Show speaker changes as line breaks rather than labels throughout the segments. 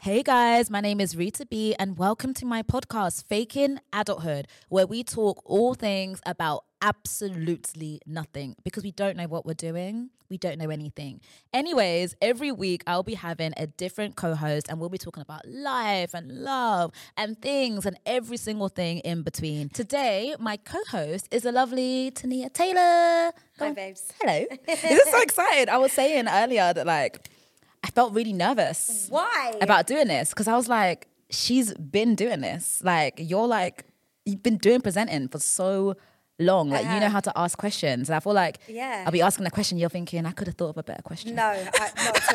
Hey guys, my name is Rita B, and welcome to my podcast, Faking Adulthood, where we talk all things about absolutely nothing because we don't know what we're doing. We don't know anything. Anyways, every week I'll be having a different co host, and we'll be talking about life and love and things and every single thing in between. Today, my co host is the lovely Tania Taylor. Go
Hi,
on.
babes.
Hello. this is so excited. I was saying earlier that, like, I felt really nervous
Why?
about doing this because I was like, she's been doing this. Like, you're like, you've been doing presenting for so long. Like, you know how to ask questions. And I feel like
Yeah.
I'll be asking a question, you're thinking, I could have thought of a better question.
no, I, not at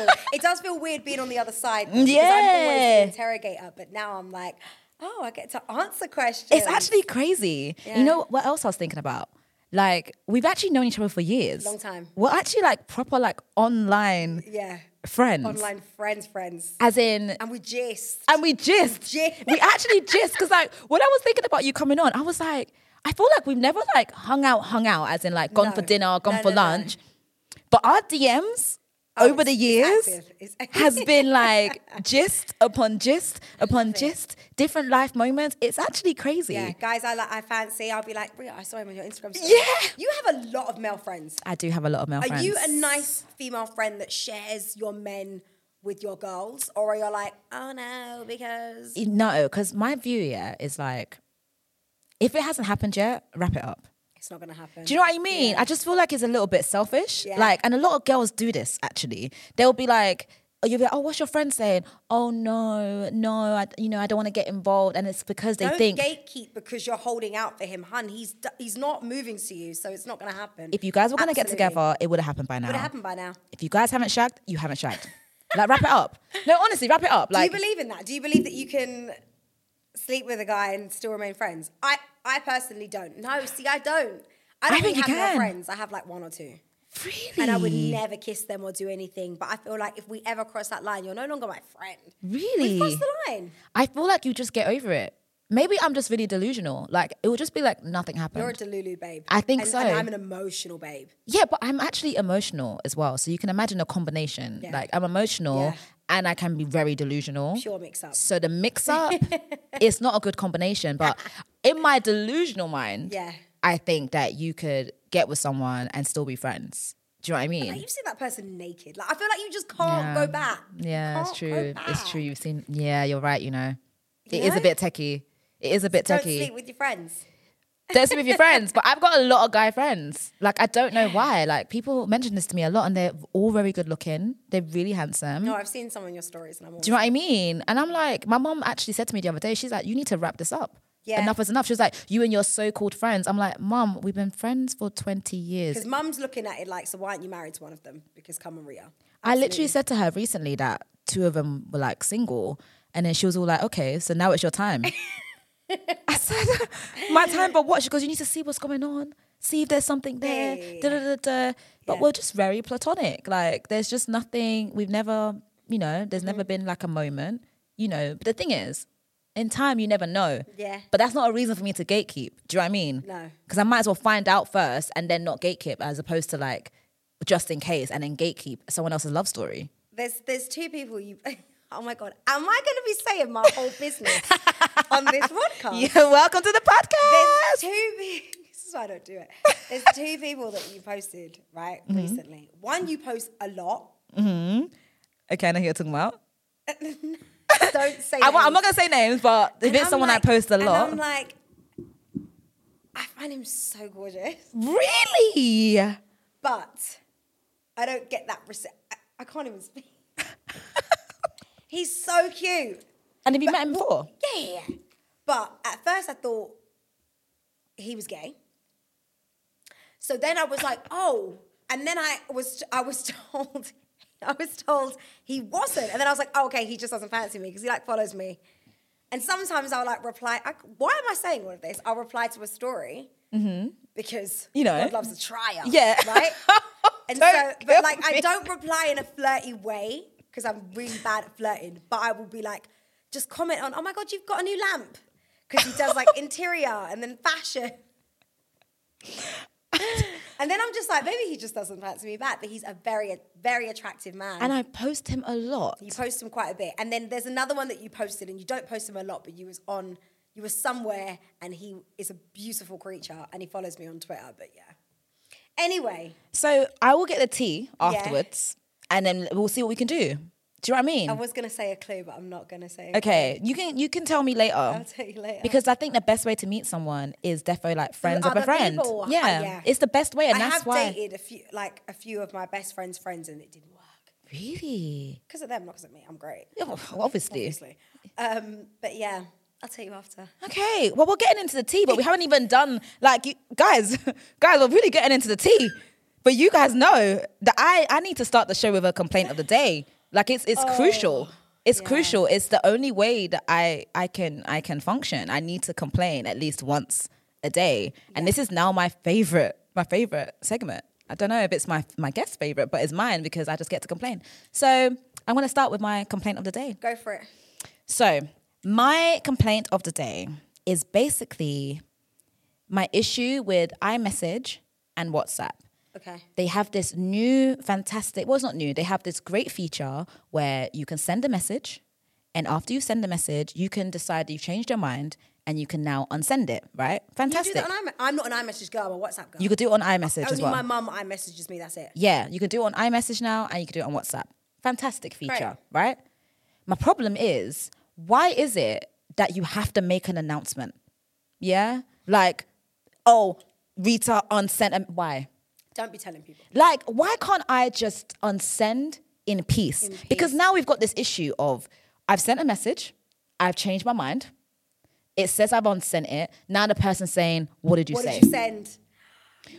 all. It does feel weird being on the other side. though, because I'm always
Yeah.
the interrogator, but now I'm like, oh, I get to answer questions.
It's actually crazy.
Yeah.
You know what else I was thinking about? Like, we've actually known each other for years.
Long time.
We're actually like proper, like, online
yeah,
friends.
online friends, friends,
As in,
and we gist.
and we gist.
Gist.
We actually gist because like when I was thinking about you coming on, I was like, I feel like we've never like hung out, hung out, as in like gone
No.
for dinner, gone
No,
for
no, no.
lunch. But our DMs over the
it's
years
active. It's active.
has been like gist upon gist upon gist, different life moments. It's actually crazy.
Yeah, guys, I like, I fancy. I'll be like, Bria, I saw him on your Instagram. story."
Yeah.
you have a lot of male friends.
I do have a lot of male
Are
friends.
you a nice female friend that shares your men with your girls, or are you like, oh no, because
No, because my view yeah is like, if it hasn't happened yet, wrap it up.
it's not gonna happen?
Do you know what I mean? I just feel like it's a little bit selfish.
Yeah.
Like, and a lot of girls do this actually. They'll be like, oh, you'll be like, oh, what's your friend saying? Oh no, no, I, you know, I don't want to get involved, and it's because they
don't
think
gatekeep because you're holding out for him, hun. He's d- he's not moving to you, so it's not going to happen.
if you guys were gonna get
Absolutely.
together, it would have happened by now.
would have happened by now.
If you guys haven't shagged, you haven't shagged. like, wrap it up. No, honestly, wrap it up. Like,
Do you believe in that? Do you believe that you can sleep with a guy and still remain friends? I I personally don't. No, see, I don't. I don't
I think
really
you
have male
can.
friends. I have like one or two.
really?
And I would never kiss them or do anything. But I feel like if we ever cross that line, you're no longer my friend.
Really?
We crossed the line.
I feel like you just get over it. Maybe I'm just really delusional. Like, it would just be like nothing happened.
You're a Delulu babe.
I think
and,
so.
And I'm an emotional babe.
Yeah, but I'm actually emotional as well. So you can imagine a combination.
Yeah.
Like I'm emotional
Yeah.
and I can be very delusional.
Pure mix up.
So the mix up it's not a good combination. But in my delusional mind,
Yeah.
I think that you could get with someone and still be friends. Do you know what I
Like,
mean?
you've seen that person naked. Like I feel like you just can't go back. You
Yeah, it's
can't
true.
go
It's
back.
true. You've seen yeah, you're right, you know. It is
You
a
know?
bit techie. It is a bit
Don't
techie.
sleep with your friends.
don't sleep with your friends. But I've got a lot of guy friends. Like I don't know why. Like people mention this to me a lot, and they're all very good looking. They're really handsome.
No, I've seen some on your stories, and I'm all
Do you know what I mean? And I'm like, my mom actually said to me the other day, she's like, you need to wrap this up.
Yeah.
Enough is enough. She was like, you and your so-called friends. I'm like, mom, we've been friends for 20 years.
because mum's looking at it like, so why aren't you married to one of them? Because come and Ria.
I literally said to her recently that two of them were like single. And then she was all like, okay, so now it's your time. I said, my time, but what? She goes, you need to see what's going on. See if there's something there.
Yeah, yeah,
Da, da, da, da. But
Yeah.
we're just very platonic. Like, there's just nothing. We've never, you know, there's
Mm-hmm.
never been like a moment, you know. But the thing is, in time, you never know.
Yeah.
But that's not a reason for me to gatekeep. Do you know what I mean?
No.
Because I might as well find out first and then not gatekeep as opposed to like just in case and then gatekeep someone else's love story.
There's there's two people you. Oh my god, am I going to be saying my whole business on this podcast?
Yeah, welcome to the
There's
podcast.
two. pe- This is why I don't do it. There's two people that you posted right
Mm-hmm.
recently. One you post a lot.
Okay, I know who you're talking about.
Don't say.
I, am
names.
not going to say names, but if
And
it's
I'm
someone
like-
I post a
and
lot.
I'm like, I find him so gorgeous.
Really?
but I don't get that. Rece- I, I can't even speak. He's so cute.
And have you met him before?
Yeah, yeah, yeah. But at first I thought he was gay. So then I was like, oh. And then I was I was told I was told he wasn't. And then I was like, oh, okay, he just doesn't fancy me because he like follows me. And sometimes I'll like reply. I, why am I saying all of this? I'll reply to a story because
Mm-hmm. You know.
God loves a trier.
Yeah.
right. And
Don't
so,
kill
but like
me.
I don't reply in a flirty way because I'm really bad at flirting. But I will be like, just comment on, oh my god, you've got a new lamp because he does like interior and then fashion. and then I'm just like, maybe he just doesn't fancy me back, but he's a very, very attractive man.
And I post him a lot.
you post him quite a bit. And then there's another one that you posted, and you don't post him a lot, but you was on, you were somewhere, and he is a beautiful creature, and he follows me on Twitter. But yeah. Anyway,
So I will get the tea afterwards and then we'll see what we can do. Do you know what I mean?
I was gonna say a clue, but I'm not gonna say. it.
okay. You can you can tell me later.
I'll tell you later.
Because I think the best way to meet someone is defo like friends of a
other
friend.
people.
Yeah,
Yeah.
It's the best way and
I
that's
have
why
dated a few, like a few of my best friends' friends, and it didn't work
Really?
because of them, not because of me. I'm great,
Yeah, well, Obviously.
obviously. Um, but yeah, I'll tell you after.
Okay. Well, we're getting into the tea, but we haven't even done like you, guys, guys, we're really getting into the tea. But you guys know that I, I need to start the show with a complaint of the day. Like it's it's crucial. It's crucial. It's the only way that I I can I can function. I need to complain at least once a day. And this is now my favorite my favorite segment. I don't know if it's my my guest favorite, but it's mine because I just get to complain. So I'm gonna start with my complaint of the day.
Go for it.
So, my complaint of the day is basically my issue with iMessage and WhatsApp.
Okay.
They have this new fantastic, well, it's not new, they have this great feature where you can send a message, and after you send the message, you can decide that you've changed your mind and you can now unsend it, right?
You do
Fantastic.
that on iMe- I'm not an iMessage girl. I'm a WhatsApp girl.
You could do it on iMessage as
Only
well.
my mum iMessages me. That's it.
Yeah, you can do it on iMessage now and you can do it on WhatsApp. Fantastic feature, right? My problem is, why is it that you have to make an announcement? Yeah? Like, oh, Rita unsent. um, Why?
Don't be telling people.
Like, why can't I just unsend in peace? Because now we've got this issue of I've sent a message, I've changed my mind. It says I've unsent it. Now the person's saying, What did you
What
say?
did you send?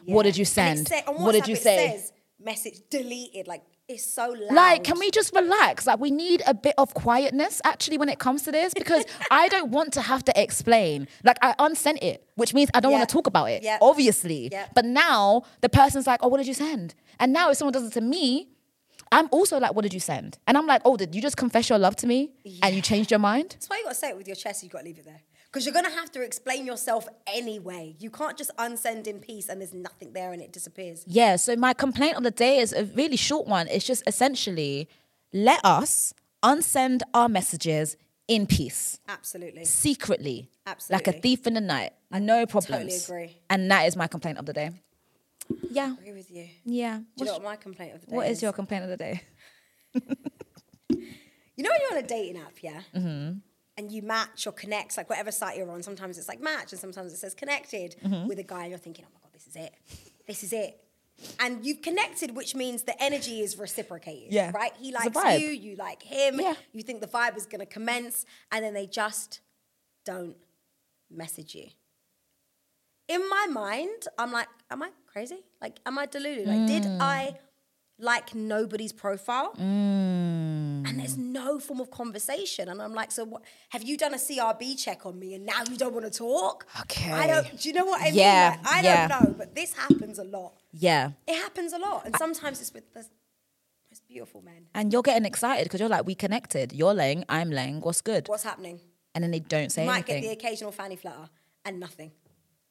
What did you
Yeah. And it
send?
say- on
what did
WhatsApp
you
it
say?
Says, message deleted. Like it's so loud.
Like, can we just relax? Like, we need a bit of quietness actually when it comes to this because I don't want to have to explain. Like, I unsent it, which means I don't
Yeah.
want to talk about it,
Yeah.
obviously.
Yeah.
But now the person's like, oh, what did you send? And now if someone does it to me, I'm also like, what did you send? And I'm like, oh, did you just confess your love to me and you changed your mind?
That's why you got to say it with your chest. You got to leave it there because you're gonna have to explain yourself anyway. You can't just unsend in peace and there's nothing there and it disappears.
Yeah, so my complaint of the day is a really short one. It's just essentially let us unsend our messages in peace.
Absolutely.
secretly, like a
Absolutely.
thief in the night. No problems.
agree.
And that is my complaint of the day. Yeah,
agree with you.
yeah.
Do you know
What's-
what my complaint of the day
What
is?
is your complaint of the day?
You know when you're on a dating app, yeah? Mm-hmm. And you match or connect, like whatever site you're on, sometimes it's like match and sometimes it says connected
Mm-hmm.
with a guy and you're thinking, oh my God, this is it. This is it. And you've connected, which means the energy is reciprocated,
Yeah.
right? He
It's a
likes
vibe.
you, you like him,
Yeah.
you think the vibe is going to commence, and then they just don't message you. In my mind, I'm like, am I crazy? Like, am I deluded? Like, did
Mm.
I like nobody's profile?
Mm.
and there's no form of conversation. And I'm like, so what, have you done a CRB check on me and now you don't want to talk? I
Okay.
don't, do you know what I
Yeah,
mean? Like, I
yeah.
don't know, but this happens a lot.
Yeah.
It happens a lot. And sometimes it's with the most beautiful men.
And you're getting excited because you're like, we connected. You're Lang, I'm Lang, what's good?
What's happening?
And then they don't say
You might
anything.
get the occasional fanny flutter and nothing.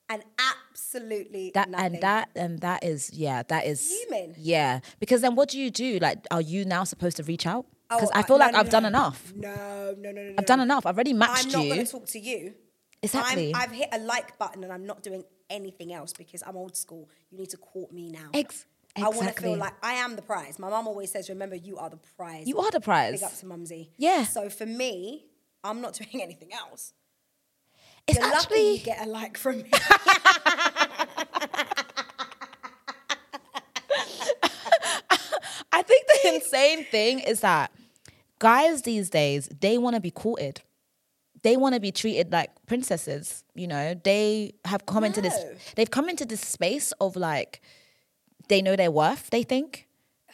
And absolutely
that
nothing.
and that and that is yeah, that is
Human.
Yeah. Because then what do you do? Like, are you now supposed to reach out?
Oh,
Because I
uh,
feel
no,
like
no,
I've
no.
done enough.
No, no, no, no.
I've done enough. I've already
I'm
matched
not
you.
going to talk to you.
Exactly.
I'm, I've hit a like button and I'm not doing anything else because I'm old school. You need to court me now.
Ex-
I want to
exactly.
feel like I am the prize. My mum always says, remember, you are the prize.
You are the prize.
Big up to mumsy.
Yeah.
So for me, I'm not doing anything else.
It's
You're lucky you
actually
get a like from me.
I think the insane thing is that guys these days, they want to be courted. They want to be treated like princesses, you know. They have come into this
No.
they've come into this space of like they know their worth, they think.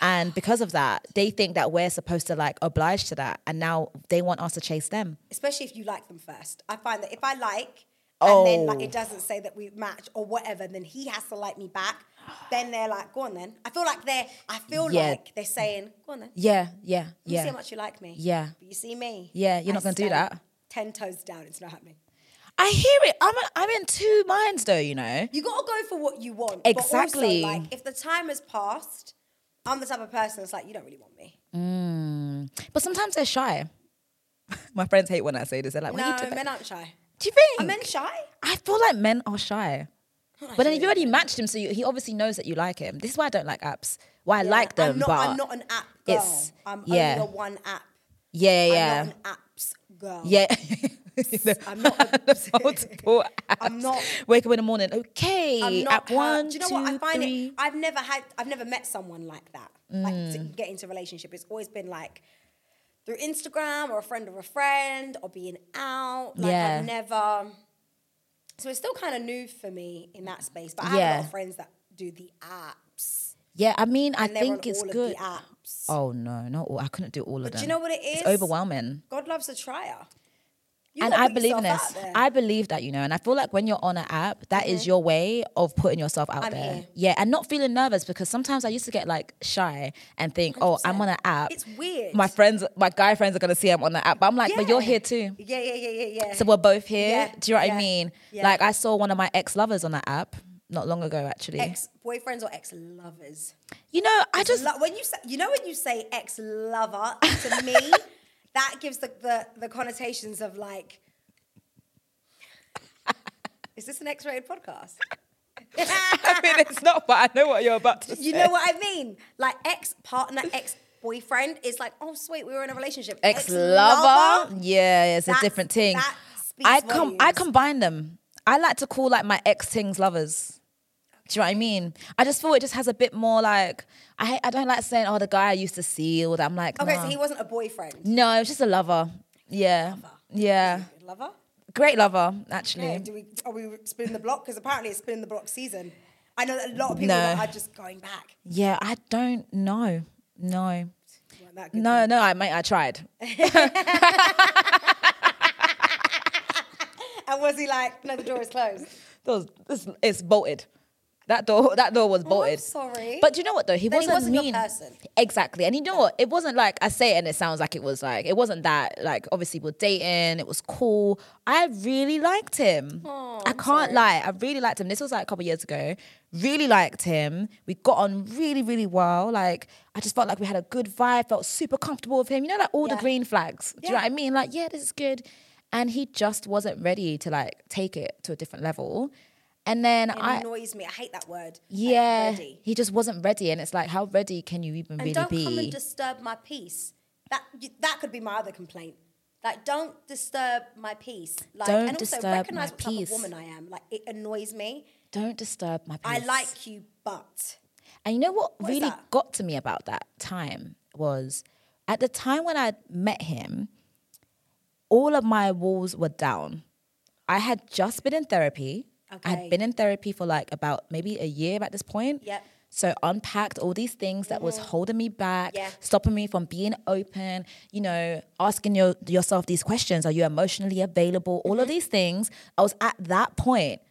And because of that, they think that we're supposed to like oblige to that. And now they want us to chase them.
Especially if you like them first. I find that if I like
Oh.
and then like it doesn't say that we match or whatever, then he has to like me back. Then they're like, go on then. I feel like they're I feel
Yeah.
like they're saying, go on then.
Yeah, yeah,
You
yeah.
see how much you like me.
Yeah.
But you see me.
Yeah, you're not
I
gonna do
stand
that.
Ten toes down, it's not happening.
I hear it. I'm a, I'm in two minds though, you know.
You gotta go for what you want. but also,
Exactly.
like if the time has passed, I'm the type of person that's like, you don't really want me.
But sometimes they're shy. My friends hate when I say this. They're like, "Why you
no,
do that?"
men aren't shy.
Do you think?
Are men shy?
I feel like men are shy. But then if you already matched him, so you, he obviously knows that you like him. This is why I don't like apps. Why I like them,
I'm not,
but
I'm not an app girl.
it's-
I'm
yeah.
only a one app.
yeah, yeah,
I'm not an apps girl.
yeah.
I'm not a-
There's multiple apps.
I'm not-
Wake up in the morning. Okay,
I'm not
app
her-
one,
Do you know
two,
what I find
three.
it? I've never had. I've never met someone like that. Like to
Mm.
get into a relationship, it's always been like through Instagram or a friend of a friend or being out. Like
Yeah.
I've never. So it's still kind of new for me in that space. But I have a lot
Yeah.
of friends that do the apps.
Yeah, I mean, I
And they're
think
on
it's
all
good.
of the apps.
Oh no, not all. I couldn't do all of them.
do you know what it
It's
is?
overwhelming.
God loves a trier. You
and
gotta
I
put
believe in
yourself
this.
out there. Mm-hmm.
I believe that, you know, and I feel like when you're on an app, that is your way of putting yourself out
I'm
there.
here.
Yeah, and not feeling nervous because sometimes I used to get like shy and think, oh, I'm on an app.
It's weird.
My friends, my guy friends are gonna see I'm on the app, but I'm like, but you're
Yeah.
here too.
Yeah, yeah, yeah, yeah, yeah.
So we're both here.
Yeah,
Do you know what I
yeah,
mean?
yeah.
Like I saw one of my ex lovers on that app not long ago, actually.
ex boyfriends or ex lovers.
you know, I just
Lo- when you say, you know when you say ex lover to me, that gives the, the the connotations of like, is this an X rated podcast?
I mean it's not, but I know what you're about to say.
you know what I mean? Like ex partner, ex boyfriend is like, oh sweet, we were in a relationship.
ex lover. Yeah, it's
That's-
a different thing.
that speaks
I com- I
volumes.
combine them. I like to call like my ex things lovers. Do you know what I mean? I just feel it just has a bit more like I I don't like saying oh the guy I used to see or that I'm like
Okay,
nah.
so he wasn't a boyfriend.
no it was just a lover. Yeah, yeah,
Lover.
great lover
Okay,
actually.
do we are we spinning the block? Because apparently it's spinning the block season. I know that a lot of people
No.
are just going back.
Yeah, I don't know. No,
Weren't that good?
no, no. I mate, I tried.
And was he like, no, the door is closed?
That was- this- it's bolted. That door, that door was
Oh, I'm
bolted.
sorry.
But do you know what though? He
Then he
wasn't,
wasn't your
mean.
person.
Exactly. And you know what? It wasn't like I say it and it sounds like it was like it wasn't that like obviously we're dating, it was cool. I really liked him. I can't lie. I really liked him. This was like a couple years ago. Really liked him. We got on really, really well. Like I just felt like we had a good vibe, felt super comfortable with him. You know, like all the
Yeah.
green flags. Do you know
Yeah.
what I mean? Like, yeah, this is good. And he just wasn't ready to like take it to a different level. And then
It
I
annoys me. I hate that word. Like,
yeah,
ready.
he just wasn't ready, and it's like, how ready can you even
And
really
don't
be?
come and disturb my peace. That you- that could be my other complaint. Like, don't disturb my peace. Like,
Don't
and also
disturb
recognize
my
what type
peace.
of woman I am. Like, it annoys me.
Don't disturb my peace.
I like you, but
And you know what,
is
really
that?
got to me about that time was at the time when I met him, all of my walls were down. I had just been in therapy. I
Okay.
had been in therapy for like about maybe a year at this point.
Yep. Mm-hmm.
So unpacked all these things that was holding me back,
Yeah.
stopping me from being open, you know, asking your, yourself these questions, are you emotionally available?
Mm-hmm.
All of these things. I was at that point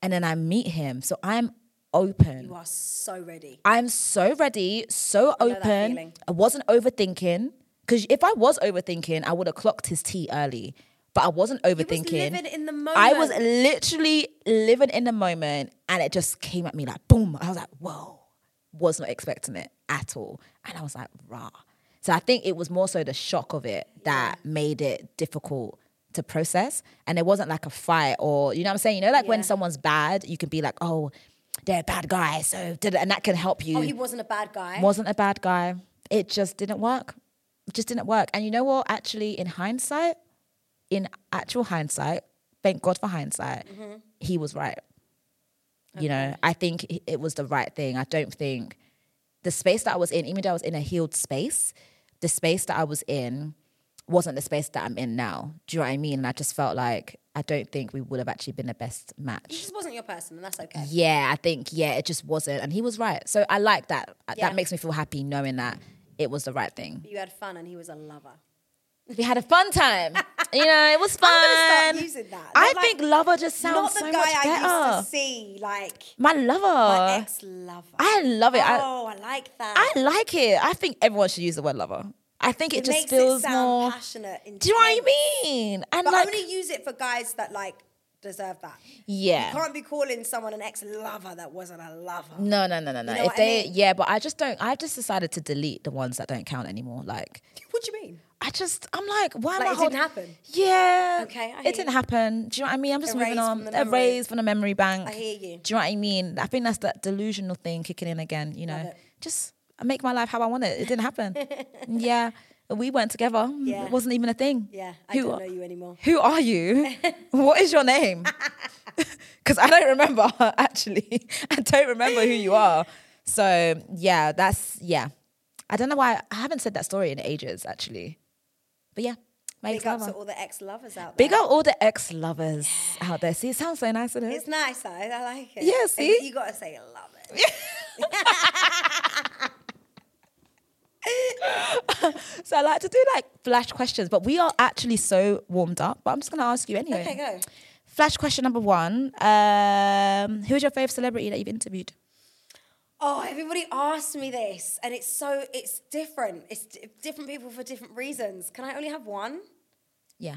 and then I meet him. So I'm open.
you are so ready.
I'm so ready, so
know that
open.
feeling.
I wasn't overthinking because if I was overthinking, I would have clocked his tea early. But I wasn't overthinking.
living in the
I was
moment.
literally living in the moment, and it just came at me like boom. I was like, whoa, was not expecting it at all, and I was like, rah. So I think it was more so the shock of it that made it difficult to process, and it wasn't like a fight or you know what I'm saying. You know, like when
Yeah.
someone's bad, you can be like, oh. They're a bad guy, so da- da- and that can help you
Oh, he wasn't a bad guy.
wasn't a bad guy. It just didn't work. It just didn't work. And you know what? Actually, in hindsight, in actual hindsight, thank God for hindsight, he was right. You know, I think i- it was the right thing. I don't think the space that I was in, even though I was in a healed space, the space that I was in wasn't the space that I'm in now. Do you know what I mean? And I just felt like I don't think we would have actually been the best match.
He just wasn't your person, and that's okay.
Yeah, I think yeah, it just wasn't, and he was right. So I like that.
Yeah.
That makes me feel happy knowing that it was the right thing.
You had fun, and he was a lover.
We had a fun time. you know, it was fun.
I'm gonna start using that.
I
Not like-
think lover just
Not
sounds
the
so
guy
much better.
I used to see, like
my lover.
my ex lover.
I love it. I,
Oh, I like that.
I like it. I think everyone should use the word lover. I think it,
it
just
makes
feels
it sound
more.
passionate. Intense.
Do you know what I mean? And
But
like,
only use it for guys that like deserve that.
Yeah.
You can't be calling someone an ex-lover that wasn't a lover.
No, no, no, no, no.
know
if
what I
they,
mean?
yeah, but I just don't. I've just decided to delete the ones that don't count anymore. Like,
What do you mean?
I just, I'm like, why am I?
Like, it didn't
holding-
happen?
Yeah.
Okay, I
it
hear
didn't
you.
happen. Do you know what I mean? I'm just moving
Erased
on.
from the memory.
Erased from the memory bank.
I hear you.
Do you know what I mean? I think that's that delusional thing kicking in again. You know,
it.
just I make my life how I want it. It didn't happen. yeah. We weren't together.
Yeah.
It wasn't even a thing.
Yeah, I
Who
don't
are-
know you anymore.
Who are you? what is your name? Because I don't remember, actually. I don't remember who you are. So, yeah, that's, yeah. I don't know why I haven't said that story in ages, actually. But yeah, my
Big up to
ex-lover.
all the ex-lovers out there.
Big up all the ex lovers out there. See, it sounds so nice, doesn't it?
It's nice, though. I like it.
Yeah, see?
You gotta say love it.
So I like to do like flash questions, but we are actually so warmed up. But I'm just going to ask you anyway.
Okay, go.
Flash question number one um, Who is your favourite celebrity that you've interviewed?
Oh, everybody asks me this, and it's so it's different. It's d- different people for different reasons. Can I only have one?
Yeah.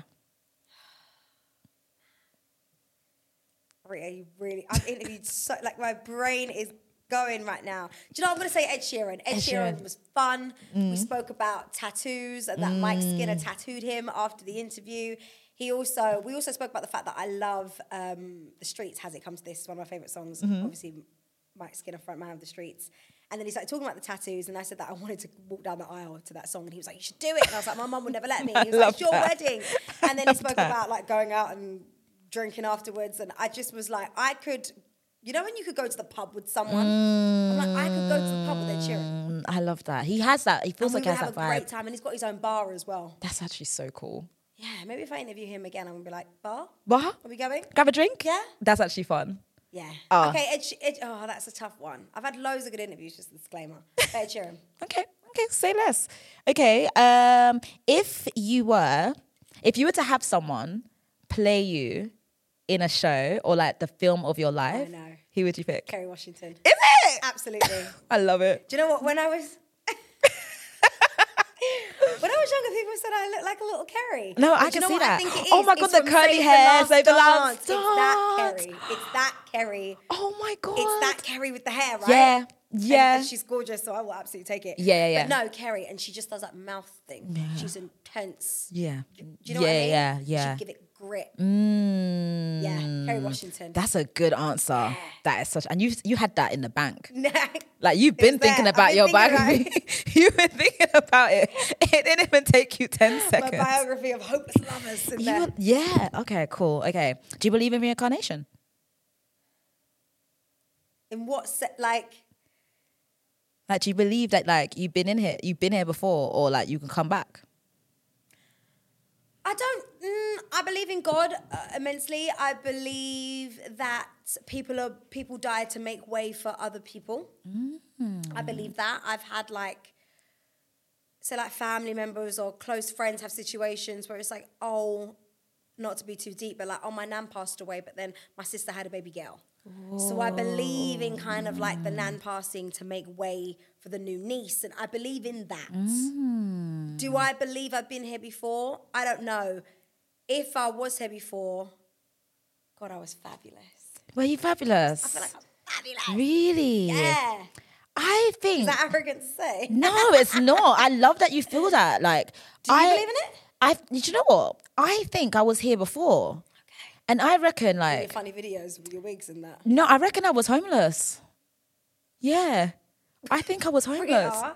Really, really, I've interviewed so like my brain is going right now. Do you know I'm gonna say Ed Sheeran? Ed, Sheeran.
Sheeran.
was fun.
Mm.
We spoke about tattoos and that Mike Skinner tattooed him after the interview. He also we also spoke about the fact that I love um, the streets. Has it comes to this? One of my favorite songs.
Mm-hmm.
Obviously, Mike Skinner, front man of the streets. And then he started talking about the tattoos, and I said that I wanted to walk down the aisle to that song, and he was like, "You should do it." And I was like, "My mum would never let me." And he was
I
like, "It's
love
your
that.
wedding," and then he spoke about like going out and drinking afterwards, and I just was like, I could, you know, when you could go to the pub with someone, I'm like, I could go to the pub with Ed Sheeran.
Mm, I love that. He has that. He
And
feels
we
like
would
he has
have
that
a
vibe.
great time, and he's got his own bar as well.
That's actually so cool.
Yeah, maybe if I interview him again, I'm gonna be like, bar,
What?
are we going?
Grab a drink?
Yeah.
That's actually fun.
Yeah.
Ah.
Okay, Ed, She- Ed, oh, that's a tough one. I've had loads of good interviews, just a disclaimer. But Ed Sheeran.
Okay. Okay. Say less. Okay. Um, if you were, if you were to have someone play you in a show or like the film of your life,
know.
who would you pick?
Kerry Washington.
Is it?
Absolutely.
I love it.
Do you know what? When I was when I was younger, people said I looked like a little Kerry.
No, I
But do you
can
know
see
what?
that.
I think it is.
Oh my God,
It's
the
from
curly
Save
hair,
Last
Save the Last
Dance. It's that
Dance.
Kerry. It's that Kerry.
Oh my god.
It's that Kerry with the hair, right?
Yeah,
And- and
yeah.
she's gorgeous, so I will absolutely take it.
Yeah, yeah,
But no, Kerry, and she just does that mouth thing. She's intense.
Yeah.
Do you know
yeah,
what I mean?
yeah, yeah.
She'd give it grit.
Mm,
Yeah, Kerry Washington.
That's a good answer. That is such, and you you had that in the bank. Like you've
It's
been thinking
there. I've
about
been
your
thinking about
biography. You've been thinking about it. It didn't even take you ten
My
seconds.
biography of hopeless lovers in
You
there.
would- yeah. Okay. Cool. Okay. Do you believe in reincarnation?
in what se- like
Like, do you believe that like you've been in here, you've been here before, or like you can come back?
I don't. Mm, I believe in God uh, immensely. I believe that people are people die to make way for other people. I believe that. I've had like, so like family members or close friends have situations where it's like, oh, not to be too deep, but like, oh, my nan passed away, but then my sister had a baby girl. So I believe in kind of like the nan passing to make way for the new niece, and I believe in that. Do I believe I've been here before? I don't know. If I was here before, God, I was fabulous.
Well, you're fabulous.
I feel like I was fabulous.
really?
Yeah.
I think
Is that arrogant to say?
no, it's not. I love that you feel that. Like,
Do you
I
believe in it?
I. Do you know what? I think I was here before, and I reckon
Your
like
funny videos with your wigs and that.
no, I reckon I was homeless. Yeah, I think I was
We
homeless.
are.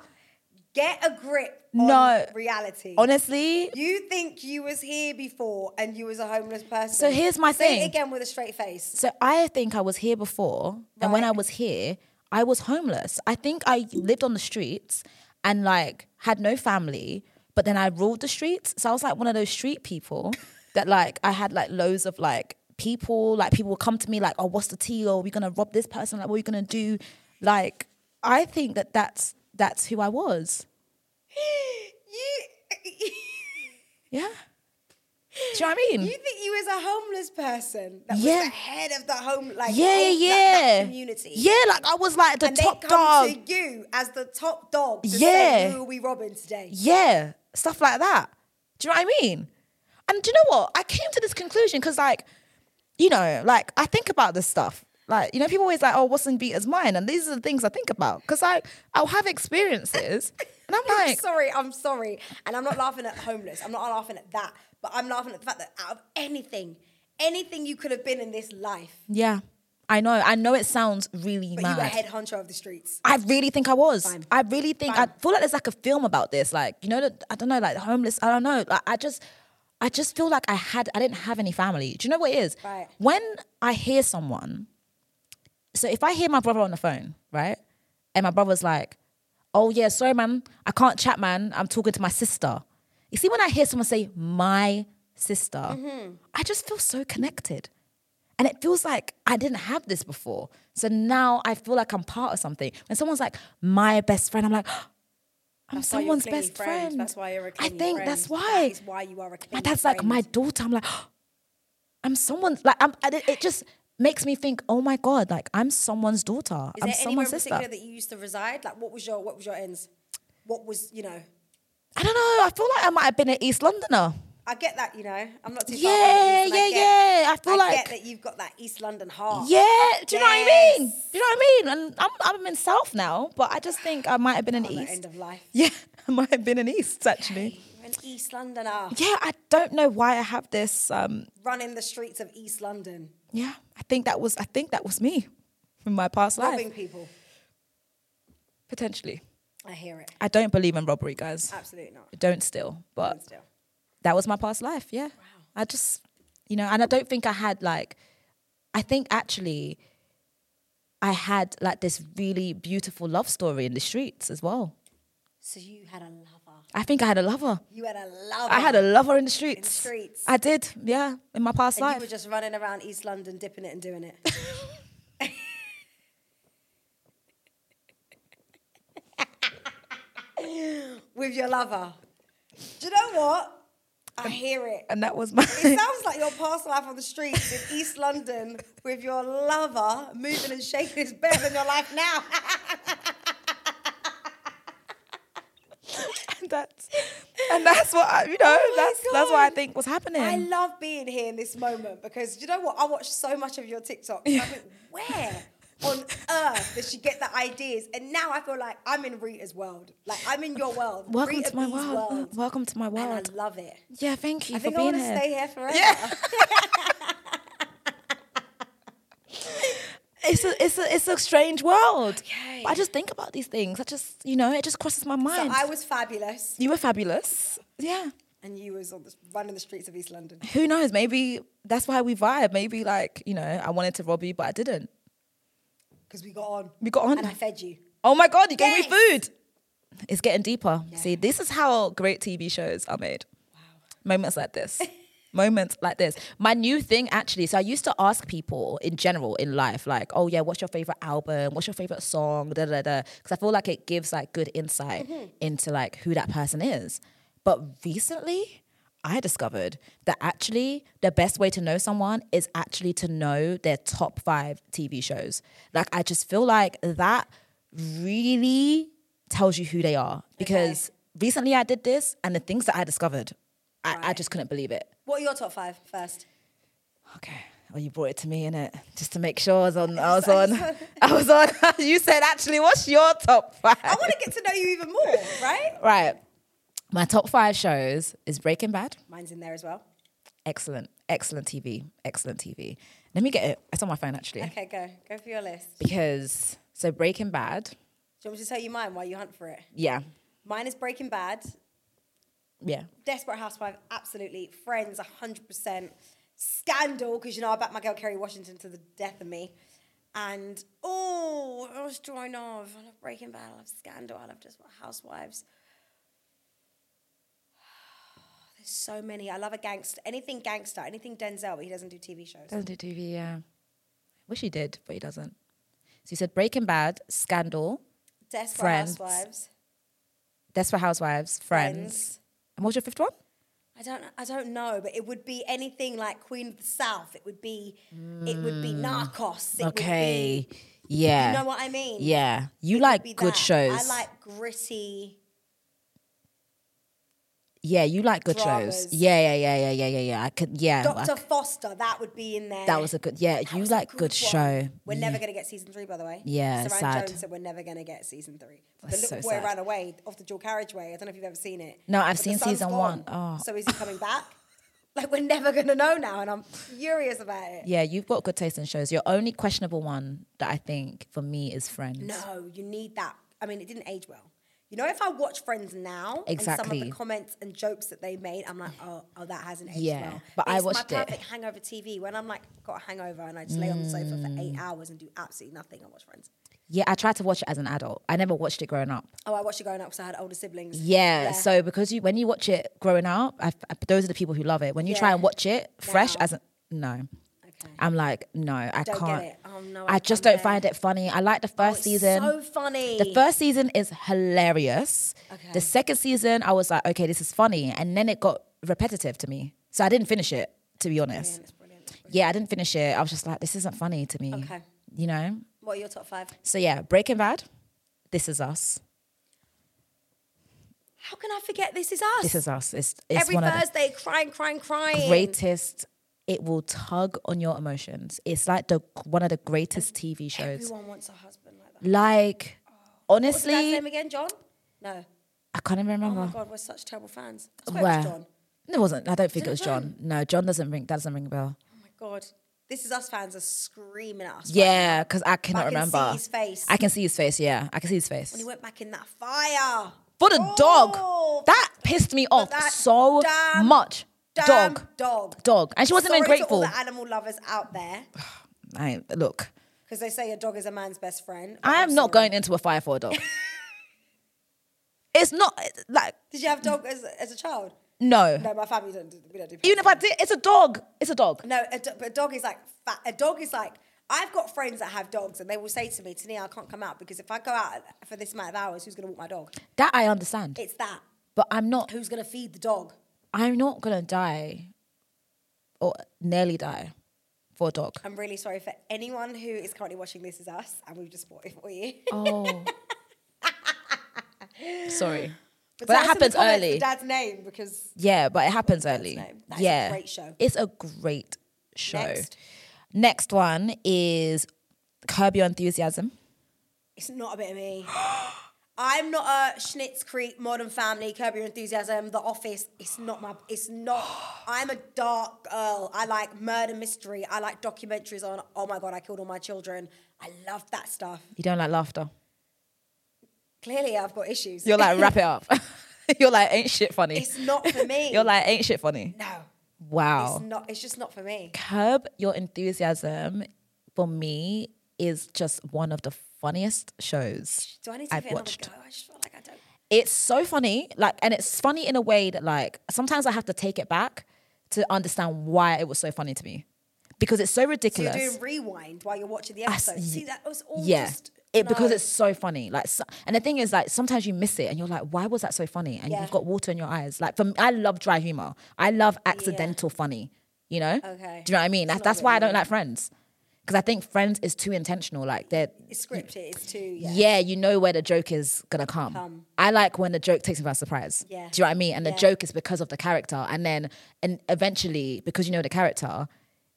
Get a grip on
No.
reality.
Honestly,
you think you was here before and you was a homeless person.
So here's my
Say
thing.
it again with a straight face.
So I think I was here before, and when I
Right.
was here, I was homeless. I think I lived on the streets and like had no family, but then I ruled the streets. So I was like one of those street people that like I had like loads of like people, like people would come to me like, "Oh, what's the tea? Or are we gonna rob this person? Like, what are you gonna do?" Like, I think that that's that's who I was.
You,
Yeah. Do you know what I mean?
you think you was a homeless person that
Yeah.
was the head of the home, like
yeah,
whole-
yeah,
that- that
yeah.
community.
Yeah, like I was like the
and
top
they come
dog.
to you as the top dog to
Yeah.
say who are we robbing today.
Yeah, stuff like that. Do you know what I mean? And do you know what? I came to this conclusion because, like,
you know, like I think about this stuff. Like, you know, people always like, oh, what's in Vita's mind? And these are the things I think about. Because I I'll have experiences and I'm
I'm
like,
sorry, I'm sorry. And I'm not laughing at homeless. I'm not laughing at that. But I'm laughing at the fact that out of anything, anything you could have been in this life,
Yeah. I know. I know it sounds really
but you were
mad.
head honcho of the streets.
I really think I was.
Fine.
I really think
Fine.
I feel like there's like a film about this. Like you know, the, I don't know, like the homeless. I don't know. Like I just, I just feel like I had. I didn't have any family. Do you know what it is?
Right.
When I hear someone, so if I hear my brother on the phone, right, and my brother's like, "Oh yeah, sorry man, I can't chat, man. I'm talking to my sister." You see, when I hear someone say "my sister,"
Mm-hmm.
I just feel so connected. And it feels like I didn't have this before. So now I feel like I'm part of something. When someone's like, my best friend, I'm like, I'm
That's why you're a
someone's
clingy
best
friend.
friend.
That's why you're a
I
clingy
think
friend.
that's
That
why.
is why you are a
My
clingy
dad's like,
friend.
my daughter, I'm like, I'm someone's, like, I'm, and it, it just makes me think, oh my God, like, I'm someone's daughter.
Is
I'm
there anywhere in
someone's sister.
particular that you used to reside? Like, what was your what was your ends? What was you know?
I don't know. I feel like I might have been an East Londoner.
I get that, you know. I'm not too.
Yeah,
far from it, and
yeah,
I get,
yeah. I feel like-
get that you've got that East London heart.
Yeah, do you know what I mean?
Yes.
Do you know what I mean? And I'm, I'm in South now, but I just think I might have been an
on the
East.
end of life.
Yeah, I might have been an East, actually.
You're an East Londoner
yeah, I don't know why I have this. Um,
running the streets of East London,
yeah, I think that was I think that was me in my past
robbing
life
people.
potentially.
I hear it.
I don't believe in robbery, guys.
Absolutely not.
Don't steal, but
Still.
that was my past life. Yeah, I just you know, and I don't think I had like. I think actually, I had like this really beautiful love story in the streets as well.
So you had a lover.
I think I had a lover.
You had a lover.
I had a lover in the
in
streets.
the streets.
I did, yeah, in my past
and
life.
you were just running around East London, dipping it and doing it. With your lover. Do you know what? I hear it.
and that was my.
It sounds like your past life on the streets in East London with your lover moving and shaking is better than your life now.
and that's and that's what I, you know.
Oh my
that's that's what I
God.
think was happening.
I love being here in this moment because you know what? I watch so much of your TikTok. and I think, where on earth did she get the ideas? And now I feel like I'm in Rita's world. Like I'm in your world.
Welcome
Rita
to my
B's
world. Welcome to my
And
world.
I love it.
yeah, thank you
I
for
think I
being
want to
here.
stay here forever.
Yeah. It's a it's a it's a strange world.
Okay.
But I just think about these things. I just you know it just crosses my
So
mind.
I was fabulous,
you were fabulous. Yeah.
and you was on the, running the streets of East London.
Who knows? Maybe that's why we vibe. Maybe like you know I wanted to rob you, but I didn't.
Because we got on.
We got on.
And I fed you.
Oh my god, you gave me
Yes.
food. It's getting deeper. See, this is how great TV shows are made. Moments like this. Moments like this. My new thing actually, so I used to ask people in general in life, like, oh yeah, what's your favorite album? What's your favorite song? Da da da. Because I feel like it gives like good insight into like who that person is. But recently, I discovered that actually the best way to know someone is actually to know their top five TV shows. Like, I just feel like that really tells you who they are because recently I did this and the things that I discovered, I, I just couldn't believe it.
What are your top five first?
Okay. Well, you brought it to me, innit? Just to make sure I was on. I was on. I was on. you said, actually, what's your top five?
I want to get to know you even more, right?
right. My top five shows is Breaking Bad.
Mine's in there as well.
Excellent. Excellent TV. Excellent TV. Let me get it. It's on my phone, actually.
Okay, go. Go for your list.
Because, so Breaking Bad.
Do you want me to tell you mine while you hunt for it?
Yeah.
Mine is Breaking Bad,
Yeah.
Desperate Housewife, absolutely, Friends, 100%, Scandal, because you know I back my girl Kerry Washington to the death of me. And oh, I was drawing off. I love Breaking Bad, I love Scandal, I love Desperate Housewives. There's so many. I love a gangster, anything gangster, anything Denzel, but he doesn't do TV shows.
Doesn't do TV, yeah. Wish he did, but he doesn't. So you said Breaking Bad, Scandal,
Desperate
Friends.
Housewives,
Desperate Housewives, Friends. And what was your fifth one?
I don't I don't know, but it would be anything like Queen of the South. It would be it would be Narcos. It Would
Mm. Okay.
be,
yeah.
you know what I mean?
Yeah. You
It would
like
be
good
that.
shows.
I like gritty.
Yeah, you like good shows.
Dramas.
Yeah, yeah, yeah, yeah, yeah, yeah, yeah. I could. Yeah, I-
Dr. Foster, that would be in there.
that was a good. Yeah,
That
you
was a
like good,
one.
show.
We're never going to get season three, by the way.
Yeah,
Saran
sad.
Jones said we're never going to get season three.
That's
the look
so
where
sad.
ran away off the dual carriageway. I don't know if you've ever seen it.
No, I've
But the
seen
son's
season
gone.
one. Oh.
So is he coming back? like we're never going to know now, and I'm furious about it.
Yeah, you've got good taste in shows. Your only questionable one that I think for me is Friends.
No, you need that. I mean, it didn't age well. You know, if I watch Friends now, and some of
Exactly.
the comments and jokes that they made, I'm like, oh, oh that hasn't aged
Yeah,
well.
but I
it's
watched it.
my perfect hangover TV. When I'm like got a hangover and I just lay on the sofa for
Mm.
eight hours and do absolutely nothing, I watch Friends.
Yeah, I tried to watch it as an adult. I never watched it growing up.
Oh, I watched it growing up because I had older siblings.
Yeah, so because you when you watch it growing up, I, I- those are the people who love it. When you try
Yeah.
and watch it fresh
Now.
as an no.
Okay.
I'm like, no, I
get
can't.
it. Oh, no,
I
I've
just
done
don't find
that.
it funny. I like the first
It's
season.
So funny.
The first season is hilarious. The
Okay.
second season, I was like, okay, this is funny. And then it got repetitive to me. So I didn't finish it, to be honest.
Brilliant, it's brilliant.
Yeah, I didn't finish it. I was just like, this isn't funny to me.
Okay.
You know?
What are your top five?
So yeah, Breaking Bad, This Is Us.
How can I forget? This is us.
This Is Us. It's, it's
Every
one of the
Thursday, crying, crying, crying.
greatest. It will tug on your emotions. It's like the one of the greatest TV shows.
Everyone Oh. wants a husband like that.
Like,
What's the guy's
honestly,
name again? John? No.
I can't even
Oh my
remember.
god, we're such terrible fans. I swear it was John.
It wasn't. I don't think it was
it
John. No, John doesn't ring. That doesn't ring a bell.
Oh my god. This is us fans are screaming at us. right?
Yeah, because I
But
cannot
I can
remember.
see his face.
I can see his face. Yeah, I can see his face.
He went back in that fire.
For the
Oh,
dog, that pissed me off
that
so
damn-
much.
damn
Dog,
Dog.
dog, and she wasn't
Sorry
even grateful.
To all the animal lovers out there,
I look.
because they say a dog is a man's best friend.
I am
I'm
not
sorry.
going into a fire for a dog. it's not like
Did you have dog as, as a child?
no.
No, my family don't. Do, we don't do.
Even if I did, it's a dog. It's a dog.
No, a, do- but a dog is like fat. A dog is like. I've got friends that have dogs, and they will say to me, "Tania, I can't come out because if I go out for this amount of hours, who's going to walk my dog?
That I understand,
It's that.
but I'm not.
Who's going to feed the dog?
I'm not gonna die, or nearly die, for a dog.
I'm really sorry for anyone who is currently watching This Is Us, and we've just bought it for you.
Oh. Sorry. But, that
tell us in the
happens
comments the
early.
Dad's name because
Yeah, but it happens early.
name? That is a
yeah.
great show.
It's a great show.
Next.
Next one is Curb Your Enthusiasm.
It's not a bit of me. I'm not a Schnitz Creek, Modern Family, Curb Your Enthusiasm, The Office. It's not my. It's not. I'm a dark girl. I like murder mystery. I like documentaries on. Oh my god, I killed all my children. I love that stuff.
You don't like laughter.
Clearly, I've got issues.
You're like, wrap it up. You're like, ain't shit funny.
It's not for me.
You're like, oh. ain't shit funny.
no,
Wow.
it's not. It's just not for me.
Curb Your Enthusiasm for me is just one of the funniest shows
Do I need to
I've
give it another
watched.
go? I just feel like I don't.
it's so funny like and it's funny in a way that like sometimes i have to take it back to understand why it was so funny to me because it's so
So you're
ridiculous
doing rewind while you're watching the
That's-
episode. See, that was all
yeah
just.
it because
no.
it's so funny like so, and the thing is like sometimes you miss it and you're like why was that so funny and
Yeah.
you've got water in your eyes like for me, i love dry humor i love accidental funny you know
Okay.
do you know what i mean
It's
that's,
not
that's why i
really-
don't like friends because i think friends is too intentional like they're
it's scripted. It's too. Yeah.
yeah, you know where the joke is gonna come.
Come.
I like when the joke takes me by surprise.
Yeah.
Do you know what I mean? And the
Yeah.
joke is because of the character, and then and eventually because you know the character,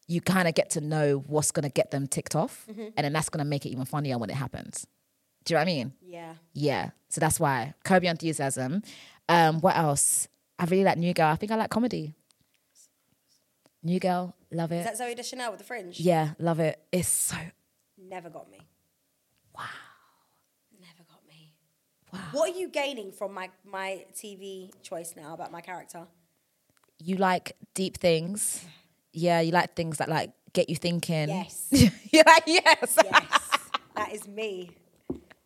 you kind of get to know what's gonna get them ticked off,
Mm-hmm.
and then that's gonna make it even funnier when it happens. Do you know what I mean?
Yeah.
Yeah. So that's why Curb Your Enthusiasm. Um, what else? I really like New Girl. I think I like comedy. New Girl, love
Is
it.
that Zoe Deschanel with the fringe?
Yeah, love it. It's so
Never got me. Wow. Never got me.
Wow.
What are you gaining from my, my TV choice now about my character?
you like deep things. Yeah, you like things that like get you thinking.
Yes.
You're like, yes.
Yes. that is me.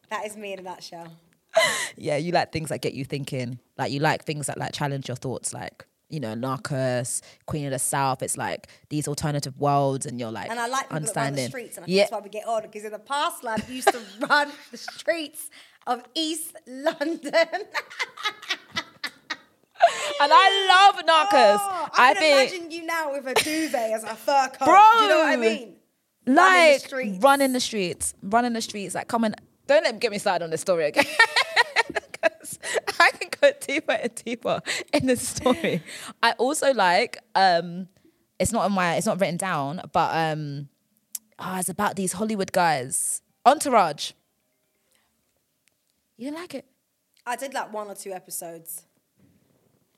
That is me in a nutshell.
Yeah, you like things that get you thinking. Like you like things that like challenge your thoughts, like, you know, Narcos, Queen of the South. It's like these alternative worlds and you're like
And I like people that run
understanding.
the streets, and I think
yeah.
that's why we get on. Because in the past, life, we used to run the streets of East London.
and I love Narcos.
Oh, I,
I,
can
think
imagine you now with a duvet as a fur coat.
Bro.
Do you know what I mean? running the
like
streets.
running the streets, running the streets, like come and don't let me get me started on this story again. 'Cause I can go deeper and deeper in this story. I also like um it's not in my it's not written down, but um oh, it's about these Hollywood guys. Entourage. You didn't like it?
I did like one or two episodes.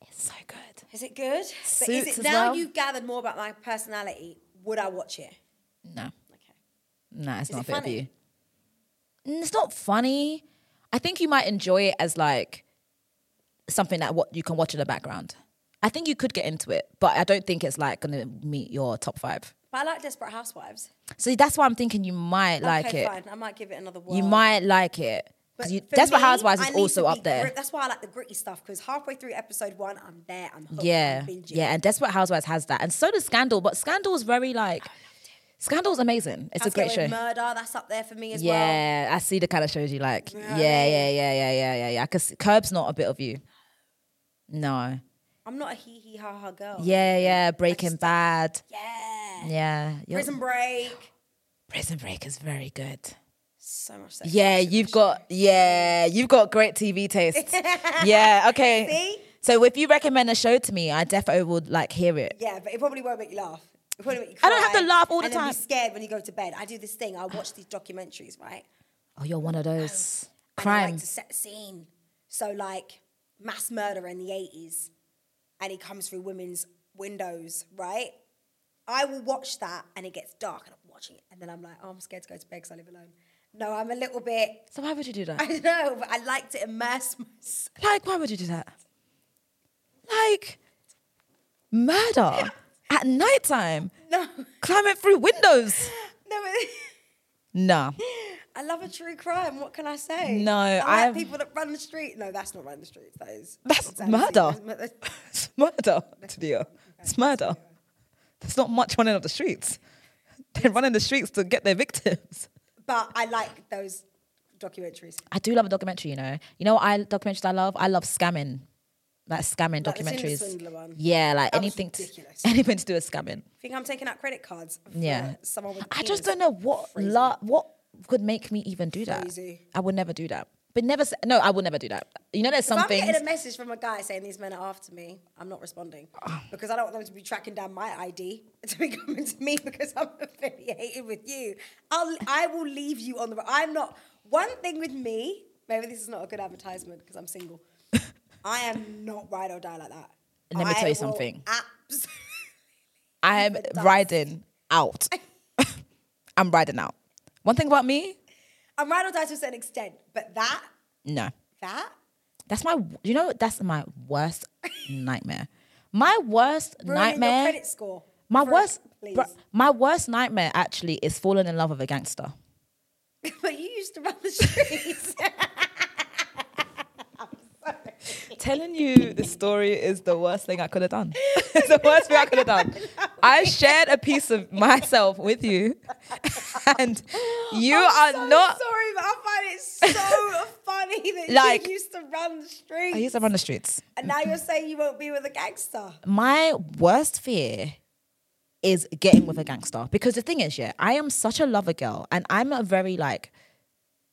It's so good.
Is it good? But
Suits as
is it now
well.
you've gathered more about my personality? Would I watch it?
No.
Okay.
No, it's
Is
not
it
fit for
funny?
you. Mm, It's not funny. I think you might enjoy it as like something that what you can watch in the background. I think you could get into it, but I don't think it's like gonna meet your top five.
But I like Desperate Housewives.
So that's why I'm thinking you might like
okay,
it.
fine. I might give it another whirl.
You might like it. 'Cause you-
for
Desperate
me,
Housewives
I
is
need to
also
be
up there.
grit- That's why I like the gritty stuff because halfway through episode one, I'm there. I'm hooked.
Yeah,
I'm binging.
yeah, and Desperate Housewives has that, and so does Scandal. But Scandal is very like, Scandal's amazing. It's
How
a
to
great
Get Away
show.
with Murder. That's up there for me as well.
Yeah, I see the kind of shows you like.
know
Yeah,
what I
yeah,
mean?
yeah, yeah, yeah, yeah, yeah. Because Curb's not a bit of you. No.
I'm not a hee hee ha ha girl.
Yeah, yeah. Breaking Bad.
Yeah.
Yeah. you're-
Prison Break.
Prison Break is very good.
So much sex.
Yeah,
action,
you've
action.
got yeah, you've got great TV taste. yeah. Okay.
See?
So if you recommend a show to me, I definitely would like hear it.
Yeah, but it probably won't make you laugh. It probably make you
I don't have
cry
to laugh all the
and then
time.
Be scared when you go to bed. I do this thing. I watch these documentaries, right?
Oh, you're one of those.
And I
Crime.
like to set the scene. So like mass murder in the eighties, and he comes through women's windows, right? I will watch that, and it gets dark, and I'm watching it, and then I'm like, oh, I'm scared to go to bed because I live alone. No, I'm a little bit.
So why would you do that?
I know, but I like to immerse myself.
Like, why would you do that? Like, murder at nighttime,
No,
climbing through windows.
no. but-
Nah.
I love a true crime. What can I say?
No,
I like
I've-
people that run the street. No, that's not running the streets. That is
That's
that is-
murder.
that's-
It's murder, Tadia. It's murder. There's not much running up the streets. They're running the streets to get their victims.
But I like those documentaries.
I do love a documentary, you know. You know what I documentaries I love? I love scamming. Like scamming
Like the Tinder
documentaries.
swindler one.
Yeah, like
That was
anything to,
ridiculous.
anything to do with scamming.
Think I'm taking out credit cards? for
Yeah.
Someone with
I just
penis?
don't know what
Crazy.
la- what could make me even do that.
Crazy.
I would never do that. But never say, no, I would never do that. You know, there's
If I'm
something.
getting a message from a guy saying these men are after me, I'm not responding because I don't want them to be tracking down my ID to be coming to me because I'm affiliated with you. I'll I will leave you on the. I'm not one thing with me. Maybe this is not a good advertisement because I'm single. I am not ride or die like that.
Let me
I
tell you
will
something.
abs-
I am
Even dust.
riding out. I'm riding out. One thing about me,
I'm ride or die to a certain extent, but that
no.
that
That's my, you know, that's my worst nightmare. My worst
ruining your
nightmare.
credit score.
My
for-
worst,
please.
bru- my worst nightmare actually is falling in love with a gangster.
but you used to run the streets.
Telling you the story is the worst thing I could have done. it's the worst thing I could have done. I shared a piece of myself with you, and you are
so
not.
sorry, but I find it so funny that
Like-
you used to run the streets,
I used to run the streets.
and now you're saying you won't be with a gangster.
My worst fear is getting with a gangster because the thing is, yeah, I am such a lover girl, and I'm a very like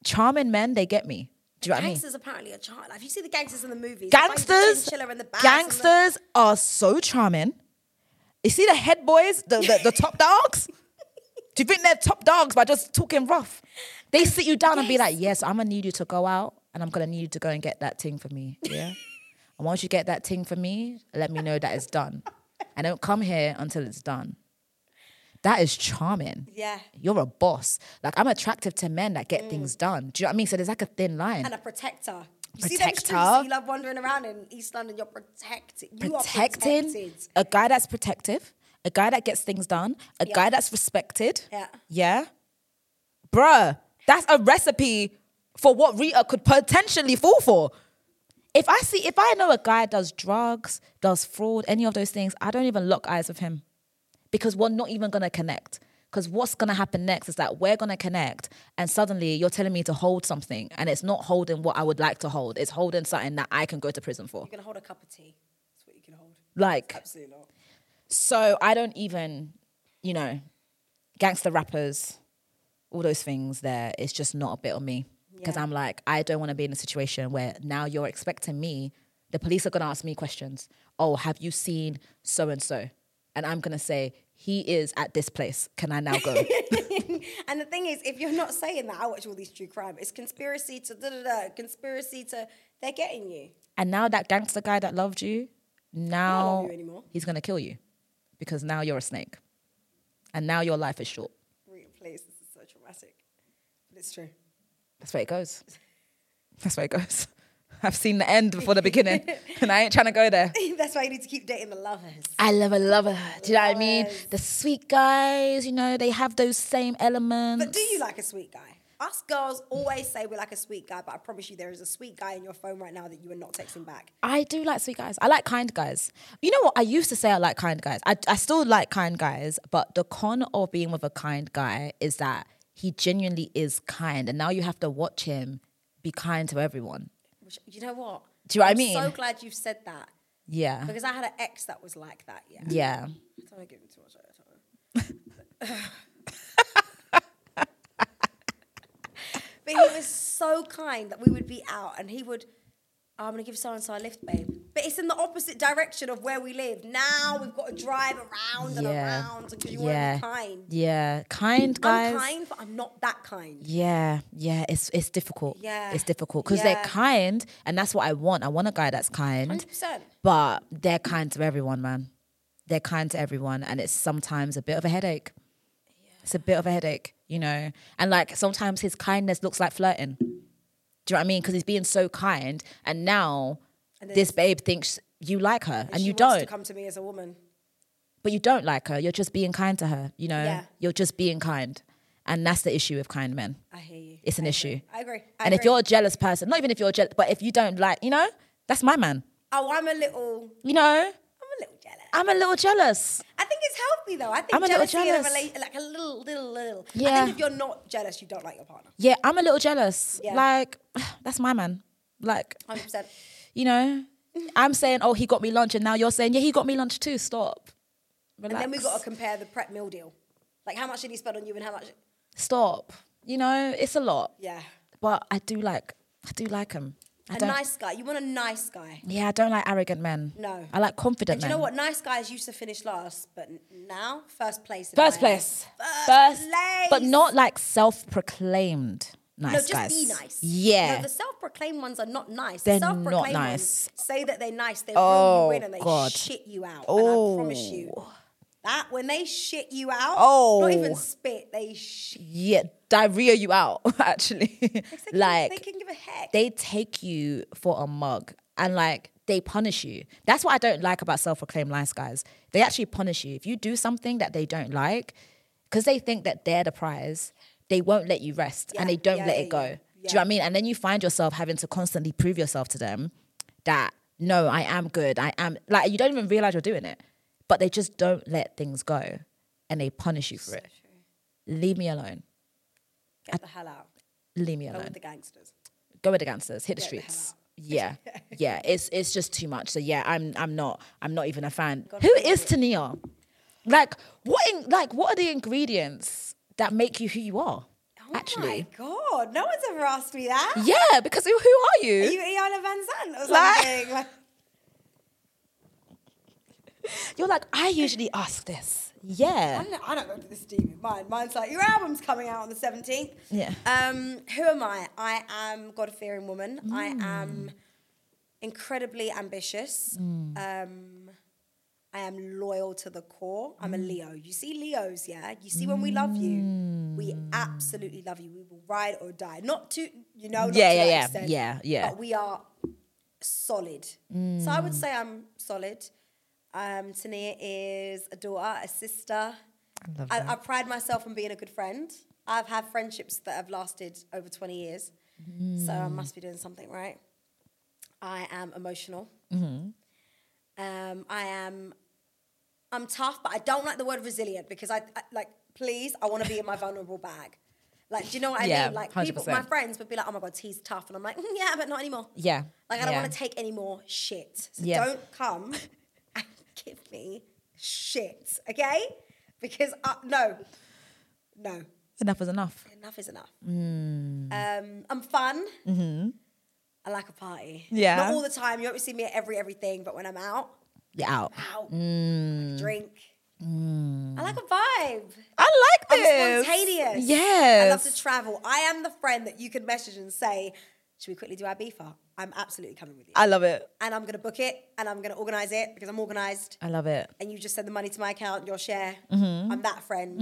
charming men. They get me. Do you know what I mean?
Gangsters apparently are child. If you see the gangsters in the movies, they find the
gangsters,
chinchilla in the bags and the-
gangsters are so charming. You see the head boys, the, the, the top dogs? Do you think they're top dogs by just talking rough? They sit you down and be like, yes, I'm gonna need you to go out and I'm gonna need you to go and get that thing for me. Yeah. and once you get that thing for me, let me know that it's done. I don't come here until it's done. That is charming.
Yeah. Mm.
You're a boss. Like I'm attractive to men that get things done. Do you know what I mean? So there's like a thin line.
and a protector. You see them streets
Protector.
that you love wandering around in East London. You're protected. You are
protecting
protected.
a guy that's protective, a guy that gets things done, a guy that's respected.
Yeah.
Yeah. Bruh, that's a recipe for what Rita could potentially fall for. If I see, if I know a guy does drugs, does fraud, any of those things, I don't even lock eyes with him because we're not even gonna connect. Because what's gonna happen next is that we're gonna connect, and suddenly you're telling me to hold something, and it's not holding what I would like to hold. It's holding something that I can go to prison for.
You can hold a cup of tea. That's what you can hold.
Like,
Absolutely not.
so I don't even, you know, gangster rappers, all those things there, it's just not a bit of me. Because
Yeah.
I'm like, I don't want to be in a situation where now you're expecting me the police are going to ask me questions. Oh, have you seen so and so? And I'm going to say, he is at this place. Can I now go?
and the thing is, if you're not saying that, I watch all these true crime. It's conspiracy to da da da, conspiracy to. They're getting you.
and now that gangster guy that loved you,
don't
now
love you anymore.
he's going to kill you because now you're a snake. And now your life is short.
Re- Please, this is so traumatic, but it's true.
That's where it goes. That's where it goes. I've seen the end before the beginning, and I ain't trying to go there.
That's why you need to keep dating the lovers.
I love a lover. Do you know what I mean? The sweet guys, you know, they have those same elements.
But do you like a sweet guy? Us girls always say we like a sweet guy, but I promise you, there is a sweet guy in your phone right now that you are not texting back.
I do like sweet guys. I like kind guys. You know what? I used to say I like kind guys. I, I still like kind guys, but the con of being with a kind guy is that he genuinely is kind, and now you have to watch him be kind to everyone.
Which, you know what?
Do you know what I
I'm So
mean?
glad you've said that
Yeah.
because I had an ex that was like that. Yeah.
Yeah.
Don't wanna give him too much air time. but he was so kind that we would be out and he would, "Oh, I'm going to give so and so a lift, babe. But it's in the opposite direction of where we live. Now we've got to drive around and
Yeah.
around because you
yeah.
want to be kind.
Yeah. Kind guys.
I'm kind, but I'm not that kind.
Yeah, yeah, it's it's difficult.
Yeah.
it's difficult because they're
Yeah.
kind, and that's what I want. I want a guy that's kind,
100%.
but they're kind to everyone, man. They're kind to everyone, and it's sometimes a bit of a headache. It's a bit of a headache, you know. And like sometimes his kindness looks like flirting. Do you know what I mean? Because he's being so kind, and now
And then
this babe thinks you like her, and
She
you
wants
don't.
to come to me as a woman.
But you don't like her. You're just being kind to her. You know,
Yeah.
you're just being kind, and that's the issue with kind men.
I hear you.
It's an
I agree.
issue.
I agree. I
And if
agree.
you're a jealous person, not even if you're jealous, but if you don't like, you know, that's my man.
oh, I'm a little,
You know,
I'm a little jealous.
I'm a little jealous.
I think it's healthy though. I think
I'm a little
jealousy in a
jealous.
rela- like a little, little, little. I
Yeah.
think if you're not jealous, you don't like your partner.
Yeah, I'm a little jealous.
Yeah.
Like, that's my man. Like,
100%.
you know, I'm saying, oh, he got me lunch, and now you're saying, yeah, he got me lunch too. Stop.
And
Relax.
then we've got to compare the prep meal deal. Like how much did he spend on you and how much?
Stop. You know, it's a lot,
Yeah.
but I do like, I do like him. I
A
don't.
nice guy. You want a nice guy.
yeah, I don't like arrogant men.
No.
I like confident
And do you
men.
know what? Nice guys used to finish last, but n- now first place. in
First
my-
place.
First,
But
place.
not like self proclaimed nice
No, just
guys.
be nice.
Yeah.
No, the self-proclaimed ones are not nice.
They're
the self-proclaimed
not nice.
ones say that they're nice, they
Oh,
reel you in and they
God.
shit you out. And I promise you
Oh.
that when they shit you out,
Oh.
not even spit, they shit.
yeah, diarrhea you out, actually.
They can- they
like,
can give a heck.
they take you for a mug and, like, they punish you. That's what I don't like about self proclaimed nice guys. They actually punish you. If you do something that they don't like, because they think that they're the prize, they won't let you rest and
Yeah,
they don't
yeah,
let
yeah,
it go.
yeah,
Do you know
yeah.
what I mean? And then you find yourself having to constantly prove yourself to them that, no, I am good. I am, like, you don't even realize you're doing it, but they just don't let things go and they punish you for it. Leave me alone.
Get the hell out.
Leave me
Go
alone.
with the gangsters.
Go with the gangsters. Hit the
Get the hell
streets.
out.
Yeah, yeah. It's it's just too much. So yeah, I'm I'm not I'm not even a fan. Who is Tania? Like what? In, like what are the ingredients that make you who you are?
Oh
actually,
my god, no one's ever asked me that.
yeah. Because who, who are you?
Are you Iana Van Zandt or
Like-
something? Like,
You're like I usually ask this. Yeah.
I don't, I don't go to this deep in mine. Mine's like, your album's coming out on the 17th.
Yeah.
Um, who am I? I am God fearing woman. I
Mm.
am incredibly ambitious.
Mm.
Um, I am loyal to the core. I'm a
Mm.
Leo. You see Leos, yeah? You see when we love you, we
Mm.
absolutely love you. We will ride or die. Not to, you know, not
Yeah,
to
yeah,
that
yeah.
extent,
Yeah, yeah.
But we are solid. So I
Mm.
would say I'm solid. Um, Tania is a daughter, a sister. I,
love
I, pride myself on being a good friend. I've had friendships that have lasted over 20 years. So I must be doing something right. I am emotional.
Mm-hmm.
Um, I am. I'm tough, but I don't like the word resilient because I, I like. Please, I want to be in my vulnerable bag. Like, do you know what I
Yeah,
mean? Like, people, my
100%.
friends would be like, "Oh my god, he's tough," and I'm like, "Mm, "Yeah, but not anymore."
Yeah,
Like, I don't
yeah.
want to take any more shit. So
Yeah.
don't come and give me shit, okay? Because I, no, no,
Enough is enough.
enough is enough. Um, I'm fun. I like a party.
Yeah.
Not all the time. You won't see me at every everything, but when I'm out,
Yeah, out.
out, drink. I like a vibe.
I like
I'm
this.
spontaneous.
Yes.
I love to travel. I am the friend that you can message and say, should we quickly do our beefer? I'm absolutely coming with you.
I love it.
and I'm going to book it and I'm going to organize it because I'm organized.
I love it.
And you just send the money to my account, your share. I'm that friend.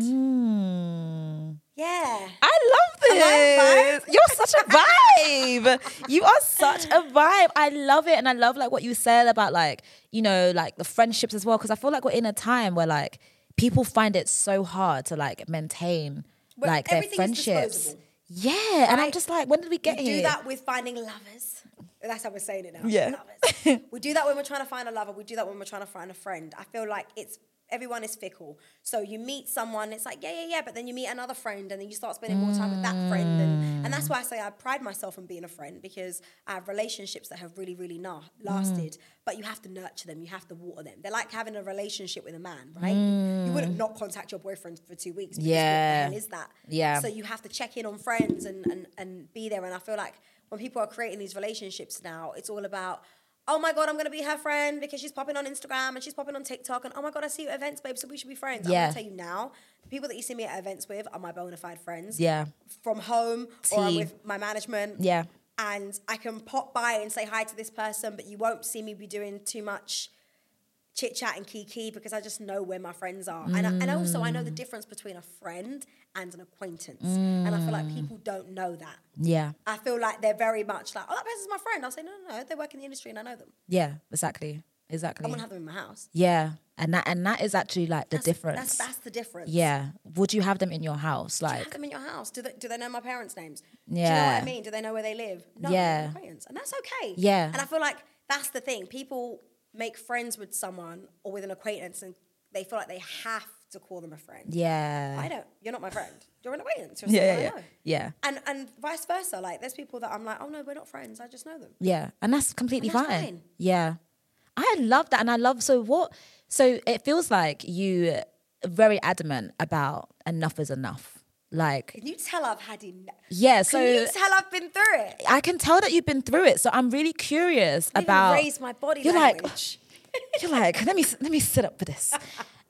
Yeah.
I love
I
this. You're such a vibe. you are such a vibe. I love it. And I love like what you said about like, you know, like the friendships as well. Cause I feel like we're in a time where like people find it so hard to like maintain
Where
like their
everything is
friendships.
disposable.
Yeah. And I'm
Right?
just like, when did we get
We
here?
do that with finding lovers. That's how we're saying it now.
Yeah.
Lovers. we do that when we're trying to find a lover. We do that when we're trying to find a friend. I feel like it's everyone is fickle. So you meet someone, it's like, yeah, yeah, yeah, but then you meet another friend and then you start spending more time with that friend. And, and that's why I say I pride myself on being a friend because I have relationships that have really, really na- lasted. But you have to nurture them, you have to water them. They're like having a relationship with a man, right? You wouldn't not contact your boyfriend for two weeks. because
Yeah.
What the hell is that?
Yeah.
So you have to check in on friends and, and, and be there. And I feel like when people are creating these relationships now, it's all about, oh my God, I'm going to be her friend because she's popping on Instagram and she's popping on TikTok. And oh my God, I see you at events, babe, so we should be friends.
Yeah.
I'm going to tell you now, the people that you see me at events with are my bona fide friends.
Yeah.
From home or I'm
Tea.
with my management.
Yeah.
And I can pop by and say hi to this person, but you won't see me be doing too much chit chat and kiki because I just know where my friends are. And, I, and also, I know the difference between a friend and an acquaintance. And I feel like people don't know that.
Yeah.
I feel like they're very much like, oh, that person's my friend. I'll say, no, no, no, they work in the industry and I know them.
Yeah. Exactly. Exactly.
I wouldn't have them in my house.
yeah. And that and that is actually like the
That's,
difference.
That's, that's the difference.
yeah. Would you have them in your house?
Do you
Like
have them in your house? Do they, do they know my parents' names? Do you know
Yeah.
what I mean? Do they know where they live? No,
Yeah.
yeah. Acquaintance. And that's okay.
Yeah.
And I feel like that's the thing. People make friends with someone or with an acquaintance and they feel like they have to call them a friend.
Yeah.
I don't. You're not my friend. You're an acquaintance. You're
Yeah,
someone
yeah,
I
yeah.
know.
Yeah.
And and vice versa. Like there's people that I'm like, oh no, we're not friends. I just know them.
Yeah, and that's completely
And that's
fine.
fine.
Yeah, I love that, and I love so what. So it feels like you very adamant about enough is enough. Like
Can you tell I've had enough?
yeah,
Can you
so
tell I've been through it?
I can tell that you've been through it. So I'm really curious
I've even
about
raised my body
You're
language.
like you're like let me let me sit up for this.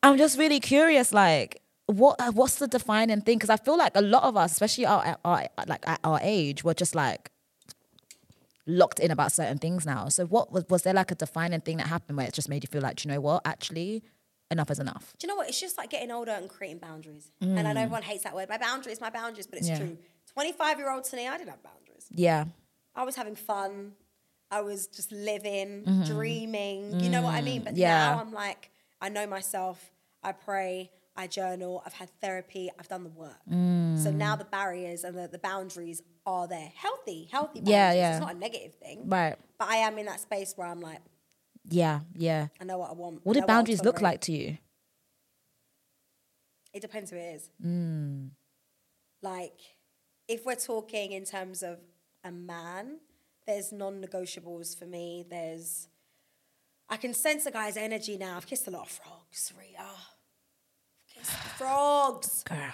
I'm just really curious, like. What uh, what's the defining thing? Because I feel like a lot of us, especially our, our like at our age, we're just like locked in about certain things now. So what was was there like a defining thing that happened where it just made you feel like, "Do you know what, actually, enough is enough.
Do you know what? It's just like getting older and creating boundaries. And I know everyone hates that word. My boundaries, my boundaries, but it's
Mm. Yeah.
true. 25 year old to me, I didn't have boundaries.
Yeah.
I was having fun. I was just living, dreaming. You know what I mean? But
Mm-hmm. Mm. yeah.
now I'm like, I know myself. I pray. I journal. I've had therapy. I've done the work.
Mm.
So now the barriers and the, the boundaries are there. Healthy, healthy boundaries.
Yeah, yeah.
It's not a negative thing.
Right.
But I am in that space where I'm like,
Yeah. Yeah.
I know what I want.
What did
I know I'll
boundaries look
tolerate.
like to you?
It depends who it is. Like, if we're talking in terms of a man, there's non negotiables for me. There's, I can sense a guy's energy now. I've kissed a lot of frogs, Rita. I've Kissed the frogs.
Girl.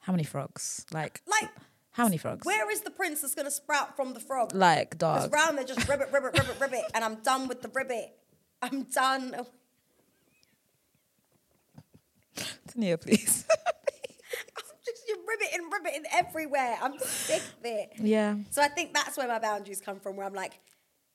How many frogs? Like
Like,
how many frogs?
where is the prince that's going to sprout from the frog?
Like
Because
dog.
round they're just ribbit, ribbit, ribbit, ribbit, and I'm done with the ribbit. I'm done. I'm
Tania, please.
just you're ribbiting, ribbiting everywhere. I'm sick of it.
yeah.
So I think that's where my boundaries come from, where I'm like,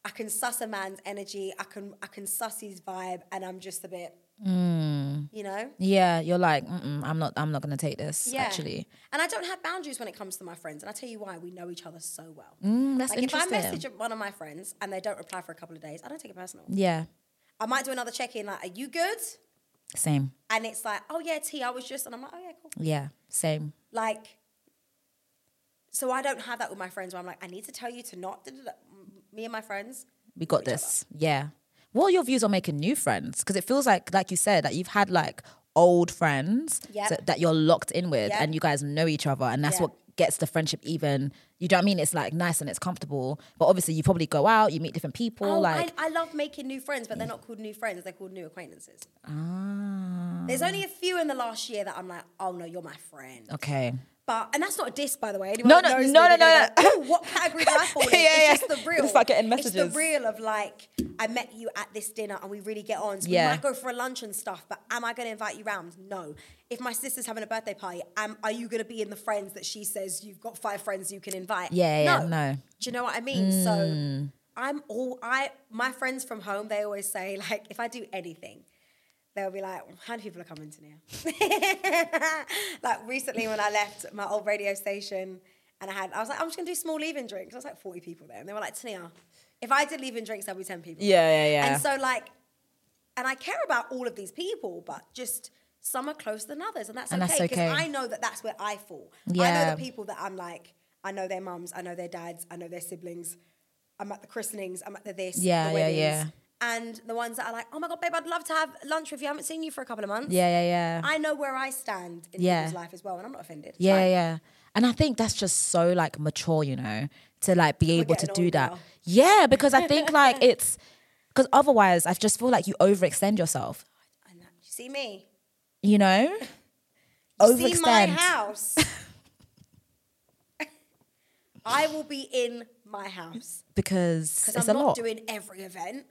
I can suss a man's energy, I can I can suss his vibe, and I'm just a bit,
Mm.
you know.
Yeah. You're like, Mm-mm, I'm not. I'm not gonna take this. Actually.
and I don't have boundaries when it comes to my friends, and I tell you why. We know each other so well.
Mm, that's
like if I
interesting.
message one of my friends and they don't reply for a couple of days, I don't take it personal.
yeah.
I might do another check in, like, "Are you good?"
Same.
And it's like, "Oh yeah, T, I was just," and I'm like, "Oh yeah, cool."
Yeah. Same.
Like, so I don't have that with my friends where I'm like, "I need to tell you to not." da, da, da." Me and my friends,
we got this. Yeah. What are your views on making new friends? Because it feels like, like you said, that you've had like old friends
Yep.
so- that you're locked in with,
Yep.
and you guys know each other, and that's
Yeah.
what gets the friendship even. You know what I mean? It's like nice and it's comfortable, but obviously you probably go out, you meet different people,
Oh,
like
I, I love making new friends, but they're not called new friends. They're called new acquaintances.
ah,
There's only a few in the last year that I'm like, oh no, you're my friend.
okay,
but and that's not a diss, by the way. Anyone
No,
that
no,
knows me,
no, no,
they're
no,
gonna go,
no.
"Ooh, what category do I fall in?
Yeah, yeah.
It's just the real.
It's like getting
It's
messages.
the real of like, I met you at this dinner and we really get on. So
Yeah.
we might go for a lunch and stuff, but am I going to invite you round? No. If my sister's having a birthday party, am, are you going to be in the friends that she says you've got five friends you can invite?
Yeah, yeah, no.
Do you know what I mean? So
Mm.
I'm all I my friends from home. They always say like, if I do anything, they'll be like, how many people are coming to now? like recently when I left my old radio station, and I had I was like, I'm just gonna do small leave-in drinks. I was like 40 people there, and they were like, Tania, if I did leave-in drinks, there'll be 10 people.
Yeah, yeah, yeah.
And so like, and I care about all of these people, but just. Some are closer than others, and that's
And that's
okay because
okay.
I know that that's where I fall. I know
Yeah.
the people that I'm like, I know their mums, I know their dads, I know their siblings. I'm at the christenings, I'm at the this,
Yeah, yeah,
the weddings.
yeah.
And the ones that are like, oh my God, babe, I'd love to have lunch with you. I haven't seen you for a couple of months.
Yeah, yeah, yeah.
I know where I stand in
Yeah.
people's life as well, and I'm not offended. It's
Yeah,
fine.
yeah. And I think that's just so like mature, you know, to like be able to
getting
do
old
that.
now.
Yeah, because I think like it's because otherwise I just feel like you overextend yourself,
And that- you see me?
you know?
You see my house? I will be in my house
Because
because
it's
I'm
a
not
lot.
doing every event.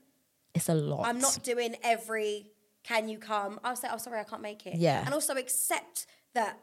it's a lot.
I'm not doing every can you come? I'll say, oh, sorry, I can't make it.
Yeah.
And also accept that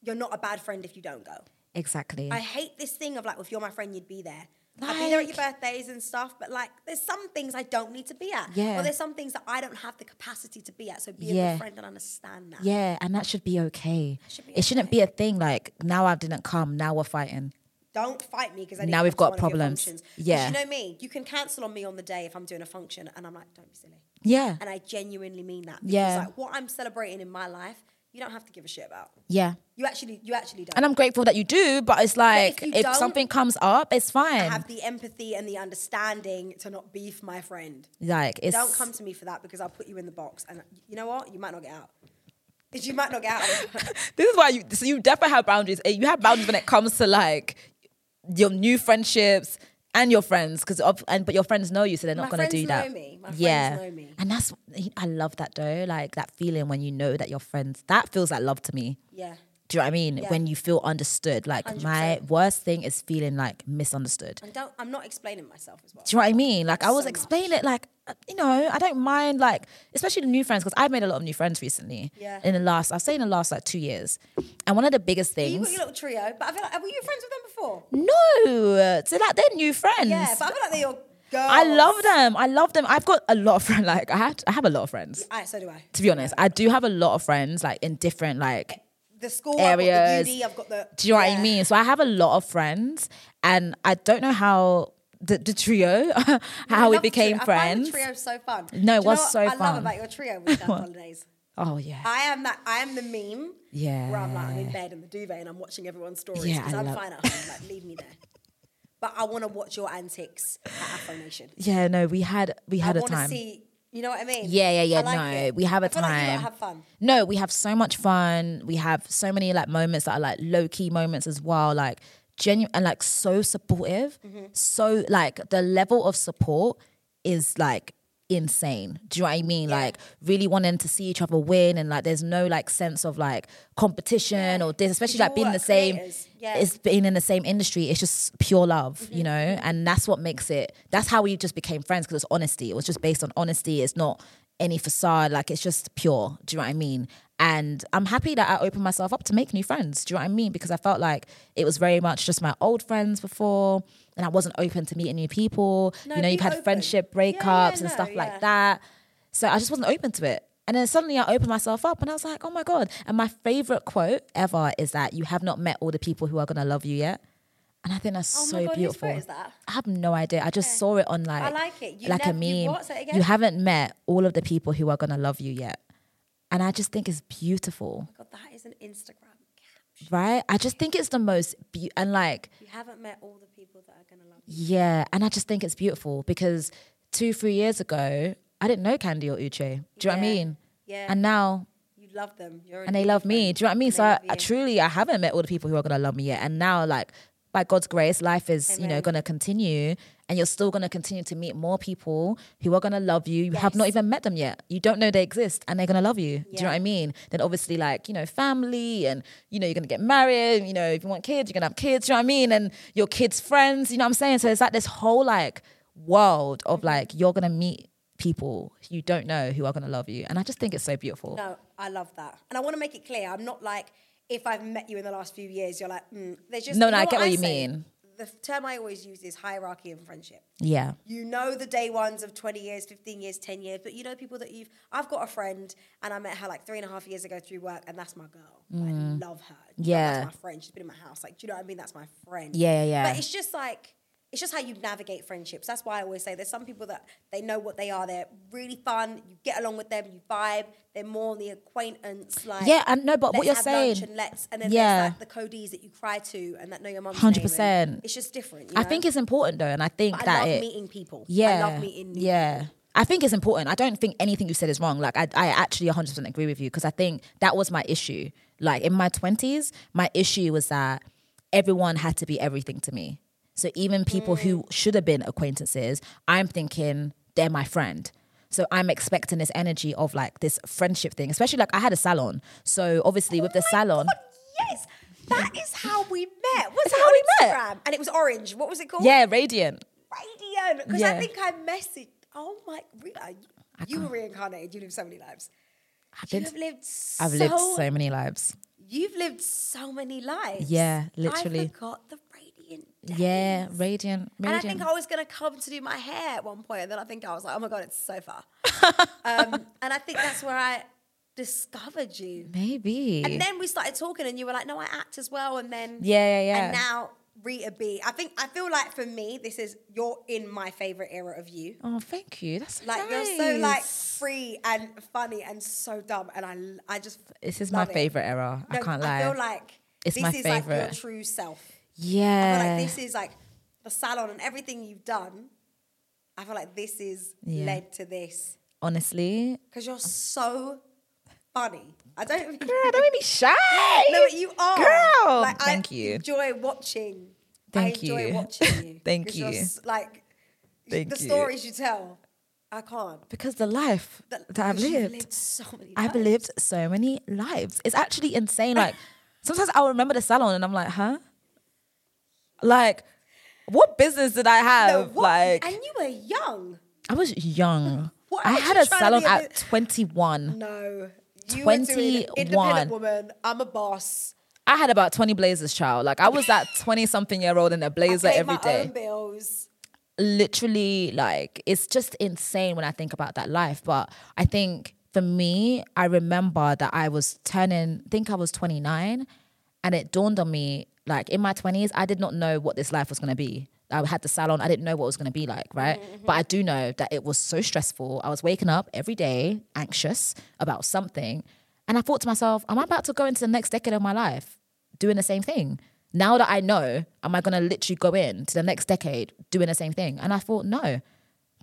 you're not a bad friend if you don't go.
exactly.
I hate this thing of like, well, if you're my friend, you'd be there. I'd be there at your birthdays and stuff, but like, there's some things I don't need to be at.
Yeah.
Or there's some things that I don't have the capacity to be at. So be a
Yeah.
good friend and understand that.
yeah, and that should be okay.
should be
it shouldn't be a thing like now I didn't come, now we're fighting.
Don't fight me because I didn't
Now
come
we've
to
got
one of your
problems.
functions. 'Cause
Yeah.
You know me. You can cancel on me on the day if I'm doing a function, and I'm like, don't be silly.
Yeah.
And I genuinely mean that. Because
Yeah.
like what I'm celebrating in my life, you don't have to give a shit about.
Yeah.
You actually, you actually don't.
And I'm grateful that you do, but it's like
you
if
don't-
something comes up, it's fine.
have the empathy and the understanding to not beef my friend.
like it's
Don't come to me for that because I'll put you in the box. And you know what? You might not get out. You might not get out.
This is why you so you definitely have boundaries. Eh, You have boundaries when it comes to like your new friendships and your friends because and but your friends know you so they're not
My
going to
friends
do that.
know me. My friends
yeah.
know me.
And that's I love that though. Like that feeling when you know that your friends that feels like love to me.
yeah.
Do you know what I mean?
Yeah.
When you feel understood. Like my
100%.
worst thing is feeling like misunderstood.
And don't, I'm not explaining myself as well.
Do you know what I mean? Like I was
So much.
explaining it like uh, you know, I don't mind like especially the new friends because I've made a lot of new friends recently.
Yeah.
In the last I've say in the last like two years. And one of the biggest
You
things
got your little trio, but I feel like, were you friends with them before?
Mm. No. So like they're new friends.
Yeah, but I feel like they're your girls.
I love them. I love them. I've got a lot of friends. Like I had, I have a lot of friends.
All right, so do I.
To be honest, I do have a lot of friends. Like in different, like
The school, I've got
Areas.
the uni, I've got the.
do you know what
Yeah.
I mean? So I have a lot of friends, and I don't know how the, the trio,
I
how we
love the
became
trio.
friends.
I find the trio so fun. Do you
was
know what
so
I love
fun.
about your trio with the holidays.
Oh yeah,
I am that. I am the meme.
Yeah.
Where I'm like, I'm in bed in the duvet and I'm watching everyone's stories
Yeah,
because
I
I'm
love-
fine at home. Like, leave me there. But I want to watch your antics at Afro Nation.
yeah. No, we had we
I
had a
want to
time.
see. You know what I mean?
Yeah, yeah, yeah.
I like
no,
it.
we have a
I feel Like you
time.
gotta have fun. Oh
No, we have so much fun. We have so many like moments that are like low key moments as well, like genuine and like so supportive.
Mm-hmm.
So like the level of support is like insane. Do you know what I mean? Like really wanting to see each other win and like there's no like sense of like competition or this, especially
you
like
all
being in the
are
same
creators. Yeah.
it's being in the same industry. It's just pure love,
Mm-hmm.
you know? And that's what makes it that's how we just became friends because it's honesty. It was just based on honesty. It's not any facade. Like it's just pure. Do you know what I mean? And I'm happy that I opened myself up to make new friends. Do you know what I mean? Because I felt like it was very much just my old friends before, and I wasn't open to meeting new people.
No,
you know,
be
you've had
open.
friendship
Yeah, yeah,
breakups and
no,
stuff
yeah.
like that. So I just wasn't open to it. And then suddenly I opened myself up and I was like, oh my God. And my favorite quote ever is that you have not met all the people who are going to love you yet. And I think that's
Oh my
so
God, whose
beautiful.
quote is that?
I have no idea. I just saw it on like,
like it. You
like a
nev-
meme.
you- what? Say it again?
You haven't met all of the people who are going to love you yet. And I just think it's beautiful,
God, that is an Instagram. caption.
right? I just think it's the most, be- and like,
You haven't met all the people that are gonna love you.
yeah, and I just think it's beautiful because two, three years ago, I didn't know Candy or Uche. Do you know what I
Yeah.
mean?
Yeah.
And now,
You love them. You're
and they love me. Do you know what I mean?
And
So
they
I,
love
I
you.
truly, I haven't met all the people who are gonna love me yet. And now, like by God's grace, life is you know
Amen.
gonna continue, and and you're still going to continue to meet more people who are going to love you. You have not
Yes.
even met them yet. You don't know they exist and they're going to love you. Do you
Yeah.
know what I mean? Then obviously like, you know, family and, you know, you're going to get married. and, You know, if you want kids, you're going to have kids. Do you know what I mean? And your kids' friends, you know what I'm saying? So it's like this whole like world
Mm-hmm.
of like, you're going to meet people you don't know who are going to love you. And I just think it's so beautiful.
No, I love that. And I want to make it clear I'm not like, if I've met you in the last few years, you're like, mm. there's just
No, no, I
know
get what you
say?
mean.
The term I always use is hierarchy and friendship.
Yeah.
You know the day ones of 20 years, 15 years, 10 years, but you know people that you've. I've got a friend and I met her like three and a half years ago through work, and that's my girl. I love her. You know,
Mm. Yeah.
that's my friend. She's been in my house. Like, do you know what I mean? That's my friend.
Yeah, yeah, yeah.
But it's just like, it's just how you navigate friendships. That's why I always say there's some people that they know what they are. They're really fun. You get along with them, you vibe. They're more on the acquaintance. Like,
Yeah, and no, but what
let's
you're
have
saying-
Lunch and, let's, and then
Yeah.
there's like the codees that you cry to and that know your mum's name, and
100%.
It's just different. you
I
know?
think it's important though. And I think
But I
that
love
it,
meeting people.
Yeah.
I love meeting new
Yeah. I think it's important. I don't think anything you said is wrong. Like, I, I actually 100% agree with you because I think that was my issue. Like, in my 20s, my issue was that everyone had to be everything to me. So, even people who
Mm.
should have been acquaintances, I'm thinking they're my friend. So, I'm expecting this energy of like this friendship thing, especially like I had a salon. So, obviously, with the
Oh my
salon.
God, yes, that is how we met. What's
That's
our
how we met.
Instagram? And it was orange. What was it called?
Yeah, radiant.
Radiant. Because
Yeah.
I think I messaged. Oh my, Rita, you- you were reincarnated. You lived so many lives.
I've
You
lived-
have lived. So,
I've lived so many lives.
You've lived so many lives.
Yeah, literally.
I forgot the radiant. Days.
Yeah, radiant. radiant.
And I think I was going to come to do my hair at one point, and then I think I was like, oh my god, it's so far. um, and I think that's where I discovered you.
Maybe.
And then we started talking, and you were like, "No, I act as well." And then
Yeah, yeah, yeah.
And now Rita B. I think I feel like for me, this is you're in my favorite era of you.
Oh, thank you. That's so
Like
nice.
you're so like free and funny and so dumb, and I l- I just
This is
love
my
it.
favorite era. I
No,
can't
I
lie.
feel like
It's
this
my
is like
favourite.
your true self. I
yeah.
feel like this is like the salon and everything you've done. I feel like this is
Yeah.
led to this
Honestly.
because you're so funny. I don't. think-
Girl, don't make me shy.
No, but you are.
Girl.
Like,
Thank
I
you.
enjoy watching.
Thank
I enjoy
you.
watching you.
Thank
'Cause you're
you.
s- like,
Thank
the
you.
stories you tell, I can't.
Because the life that, I've
'cause you've
lived.
lived so many
I've
lives.
lived so many lives. It's actually insane. Like sometimes I'll remember the salon and I'm like, huh? Like, what business did I
No,
have?
what-
like
and you were young.
I was young.
What,
I
aren't
had
you
a
trying to
salon
be a
at
bit-
21.
No. You were doing
21.
independent woman. I'm a boss.
I had about 20 blazers, child. Like I was that 20 something year old in a
I
blazer
pay
every
my
day.
own bills.
literally like it's just insane when I think about that life. But I think for me, I remember that I was turning, I think I was 29, and it dawned on me like in my 20s, I did not know what this life was gonna be. I had the salon, I didn't know what it was gonna be like, right?
Mm-hmm,
But I do know that it was so stressful. I was waking up every day anxious about something. And I thought to myself, am I about to go into the next decade of my life? doing the same thing. Now that I know, am I gonna literally go in to the next decade doing the same thing? And I thought, no.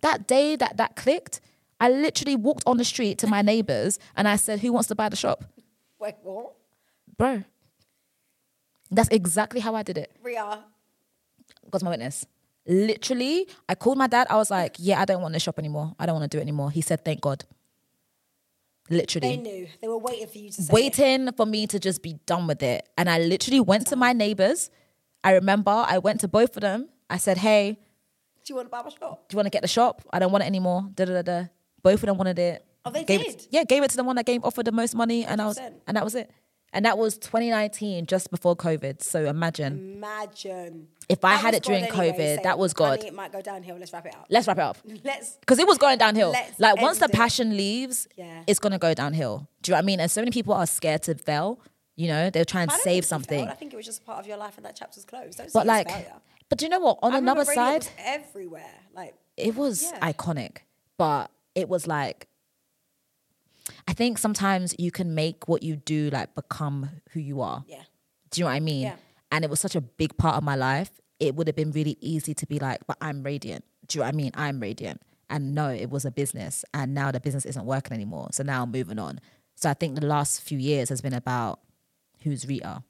That day that that clicked, I literally walked on the street to my neighbors and I said, "Who wants to buy the shop,
Wait, what?
bro?" That's exactly how I did it.
Ria,
God's my witness. Literally, I called my dad. I was like, "Yeah, I don't want this shop anymore. I don't want to do it anymore." He said, "Thank God." Literally,
they knew. They were waiting for you to say it.
waiting for me to just be done with it. And I literally went to my neighbors. I remember I went to both of them. I said, hey,
Do you want a barber shop?
do you want to get the shop? I don't want it anymore. Da da da da. Both of them wanted it.
Oh, they
Gave it-
did?
yeah, gave it to the one that gave offered the most money, and I was,
100%.
and that was it. And that was 2019, just before COVID. So imagine
Imagine.
If I
Mm. That
had
was
it during
God anyway,
COVID,
saying,
that was God.
"Honey, It might go downhill. Let's wrap it up.
let's wrap it up
Let's
because it was going downhill.
mm. Let's
like once the
end it.
passion leaves,
Yeah.
it's gonna go downhill. Do you know what I mean? And so many people are scared to fail. You know, they're trying to
I don't
save
think you
something.
failed. I think it was just part of your life, and that chapter's closed.
But
Don't see it as
like,
failure.
but do you know what? On
I remember
another
radio
side,
was everywhere. Like,
it was
Yeah.
iconic, but it was like, I think sometimes you can make what you do like become who you are.
yeah,
Do you know what I mean?
Yeah.
And it was such a big part of my life. It would have been really easy to be like, but I'm radiant. Do you know what I mean? I'm radiant. And no, it was a business. And now the business isn't working anymore. So now I'm moving on. So I think the last few years has been about who's Rita.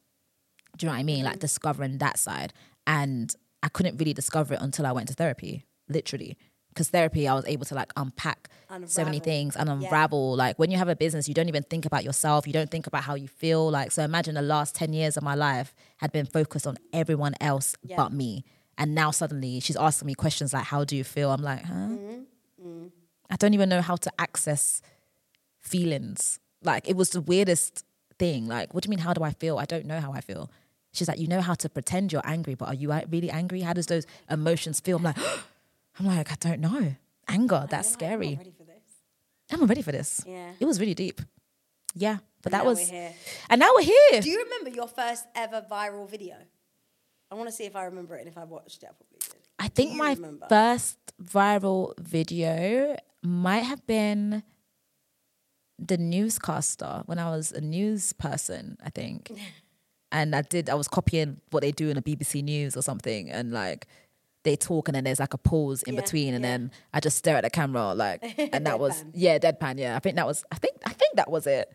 Do you know what I mean? Like discovering that side. And I couldn't really discover it until I went to therapy. literally. Because therapy, I was able to like unpack so many
Unravel.
things and unravel. Like when you have a business, you don't even think about yourself. You don't think about how you feel. Like so, imagine the last ten years of my life had been focused on everyone else
Yeah.
but me, and now suddenly she's asking me questions like, "How do you feel?" I'm like, "Huh." I don't even know how to access feelings. Like it was the weirdest thing. Like, what do you mean? How do I feel? I don't know how I feel. She's like, you know how to pretend you're angry, but are you a- really angry? How does those emotions feel? I'm like, I'm like, I don't know. Anger, that's
I'm
scary.
not ready for this.
I'm not ready for this.
Yeah.
It was really deep. Yeah. But that
now
was
we're here.
and now we're here.
Do you remember your first ever viral video? I want to see if I remember it and if I watched it, I probably did.
I think
you
my
remember?
first viral video might have been the newscaster when I was a news person, I think. and I did, I was copying what they do in the BBC News or something. And like, they talk and then there's like a pause in
Yeah,
between. And
yeah.
then I just stare at the camera, like, and that was, yeah, deadpan. Yeah. I think that was, I think, I think that was it.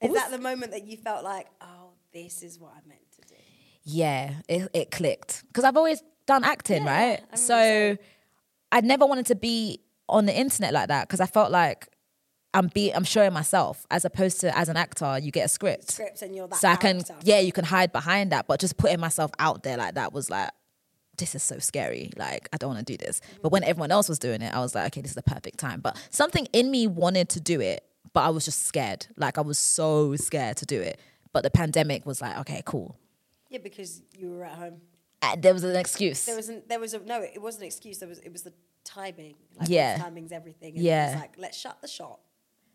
Is
What was-
that the moment that you felt like, oh, this is what I meant to do?
yeah, it, it clicked because I've always done acting,
Yeah,
right?
I remember
so I never wanted to be on the internet like that because I felt like I'm be I'm showing myself as opposed to as an actor, you get a script.
Scripts and you're that
so I can
character.
yeah, you can hide behind that, but just putting myself out there like that was like this is so scary. Like I don't want to do this.
Mm.
But when everyone else was doing it, I was like, okay, this is the perfect time. But something in me wanted to do it, but I was just scared. Like I was so scared to do it. But the pandemic was like, okay, cool
Yeah, because you were at home.
uh, there was an excuse.
There was an, there was a no, it wasn't an excuse. There was it was the timing. Like
Yeah.
timing's everything. And It
Yeah.
was like let's shut the shop.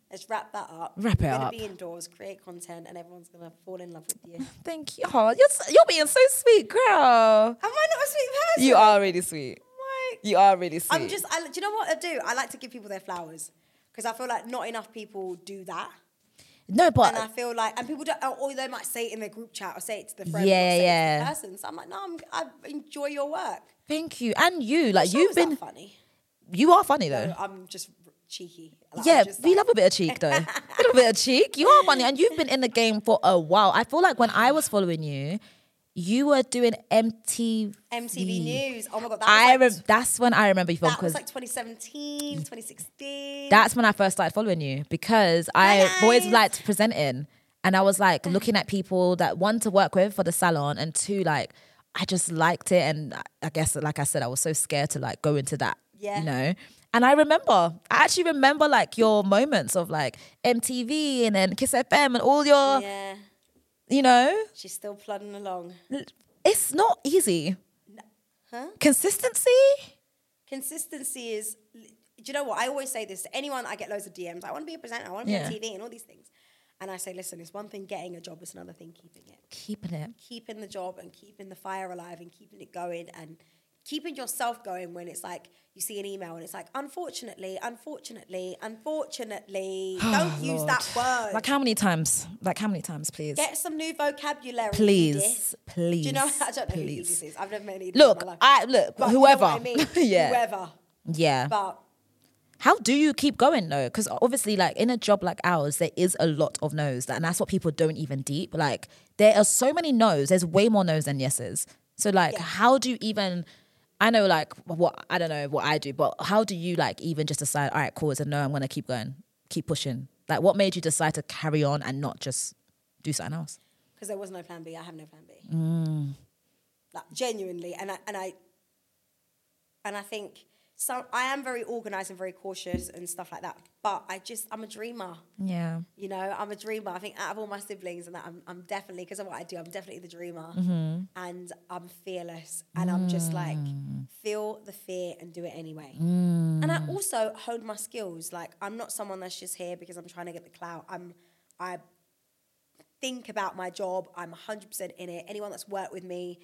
Let's wrap that up.
Wrap
We're
it
gonna
up.
Be indoors, create content, and everyone's gonna fall in love with you. Am
Thank you. Oh, you're, s- you're being so sweet, girl.
I not a sweet person?
You are really sweet.
Like,
You are really sweet.
I'm just. I, do you know what I do? I like to give people their flowers because I feel like not enough people do that.
no, but
and I feel like, and people don't, or they might say it in their group chat or say it to the friend,
Yeah,
or say it to
yeah.
the person. So I'm like, no, I'm, I enjoy your work.
thank you, and you like
Sure,
you've
is that
been.
funny.
You are funny though.
No, I'm just r- cheeky. Like, I'm
yeah,
just
we
like-
love a bit of cheek though. a little bit of cheek. You are funny, and you've been in the game for a while. I feel like when I was following you, you were doing MTV.
MTV News. Oh my god, that was
I
like,
rem- that's when I remember you from
that was
because
like 2017, 2016.
that's when I first started following you because I
Hi,
always
guys.
liked presenting. And I was like looking at people that one to work with for the salon and two like I just liked it and I- I guess like I said I was so scared to like go into that.
Yeah.
You know. And I remember, I actually remember like your moments of like MTV and then Kiss FM and all your,
yeah,
you know,
she's still plodding along.
it's not easy.
Huh?
Consistency?
Consistency is. Do you know what? I always say this to anyone. I get loads of DMs. I want to be a presenter. I want to be on
Yeah.
TV and all these things. And I say, listen, it's one thing getting a job. It's another thing keeping it.
Keeping it.
keeping the job and keeping the fire alive and keeping it going and keeping yourself going when it's like you see an email and it's like unfortunately unfortunately unfortunately don't use that word
Like how many times? Like how many times, please?
get some new vocabulary Edith.
please. Please.
do you know i don't know who
please.
Edith is i've never met an Edith
Look,
in my life
I look
But you know what
whoever.
I mean.
yeah,
whoever
yeah.
but
How do you keep going though? Because obviously, like in a job like ours, there is a lot of no's, and that's what people don't even deep. Like there are so many no's. There's way more no's than yeses. So like,
Yeah.
how do you even? I know, like, what I don't know what I do, but how do you like even just decide? All right, cool, it's a no. I'm gonna keep going, keep pushing. Like, what made you decide to carry on and not just do something else?
because there was no plan B. I have no plan B.
Mm.
Like genuinely, and I and I and I think so. I am very organized and very cautious and stuff like that. But I just I'm a dreamer.
Yeah,
You know, I'm a dreamer. I think out of all my siblings, and that I'm, I'm definitely because of what I do, I'm definitely the dreamer,
Mm-hmm.
and I'm fearless, and I'm just like
Mm.
feel the fear and do it anyway. And I also hone my skills. Like I'm not someone that's just here because I'm trying to get the clout. I'm I think about my job. I'm 100% in it. Anyone that's worked with me,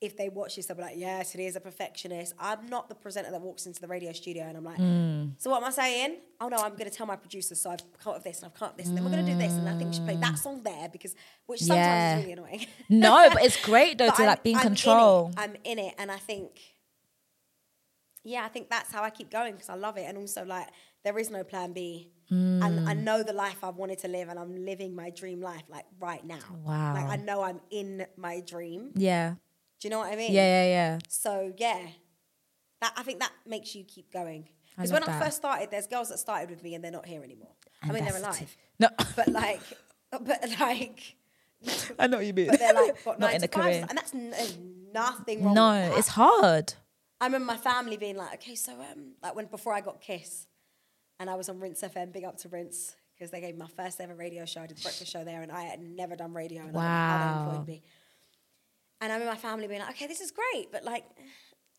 if they watch this, they'll be like, yeah, Tania's a perfectionist. I'm not the presenter that walks into the radio studio and I'm like,
Mm.
so what am I saying? Oh no, I'm going to tell my producer, so I've come up with this and I've come up with this and then we're going to do this and I think we should play that song there because, which sometimes
Yeah.
is really annoying.
no, but it's great though
But
to
I'm-
like be in
I'm it.
control.
I'm in it and I think, yeah, I think that's how I keep going because I love it. And also, like, there is no plan B. And I
Mm.
know the life I've wanted to live, and I'm living my dream life like right now.
Wow.
Like, I know I'm in my dream.
yeah,
Do you know what I mean?
yeah, yeah, yeah.
So, yeah, That I think that makes you keep going.
I
Because
love
when I
that.
first started, there's girls that started with me and they're not here anymore.
And
I mean, they're
that's the
alive.
No,
But like, but like,
I know what you mean.
but they're like got
Not
nine
in
to
a
fives,
career.
and that's n- nothing wrong. with
No,
that.
it's hard.
I remember my family being like, okay, so um, like when before I got Kiss, and I was on Rinse FM, big up to Rinse because they gave me my first ever radio show. I did the breakfast show there, and I had never done radio. And I don't know how they
Wow.
employed me. And I remember my family being like, okay, this is great, but like.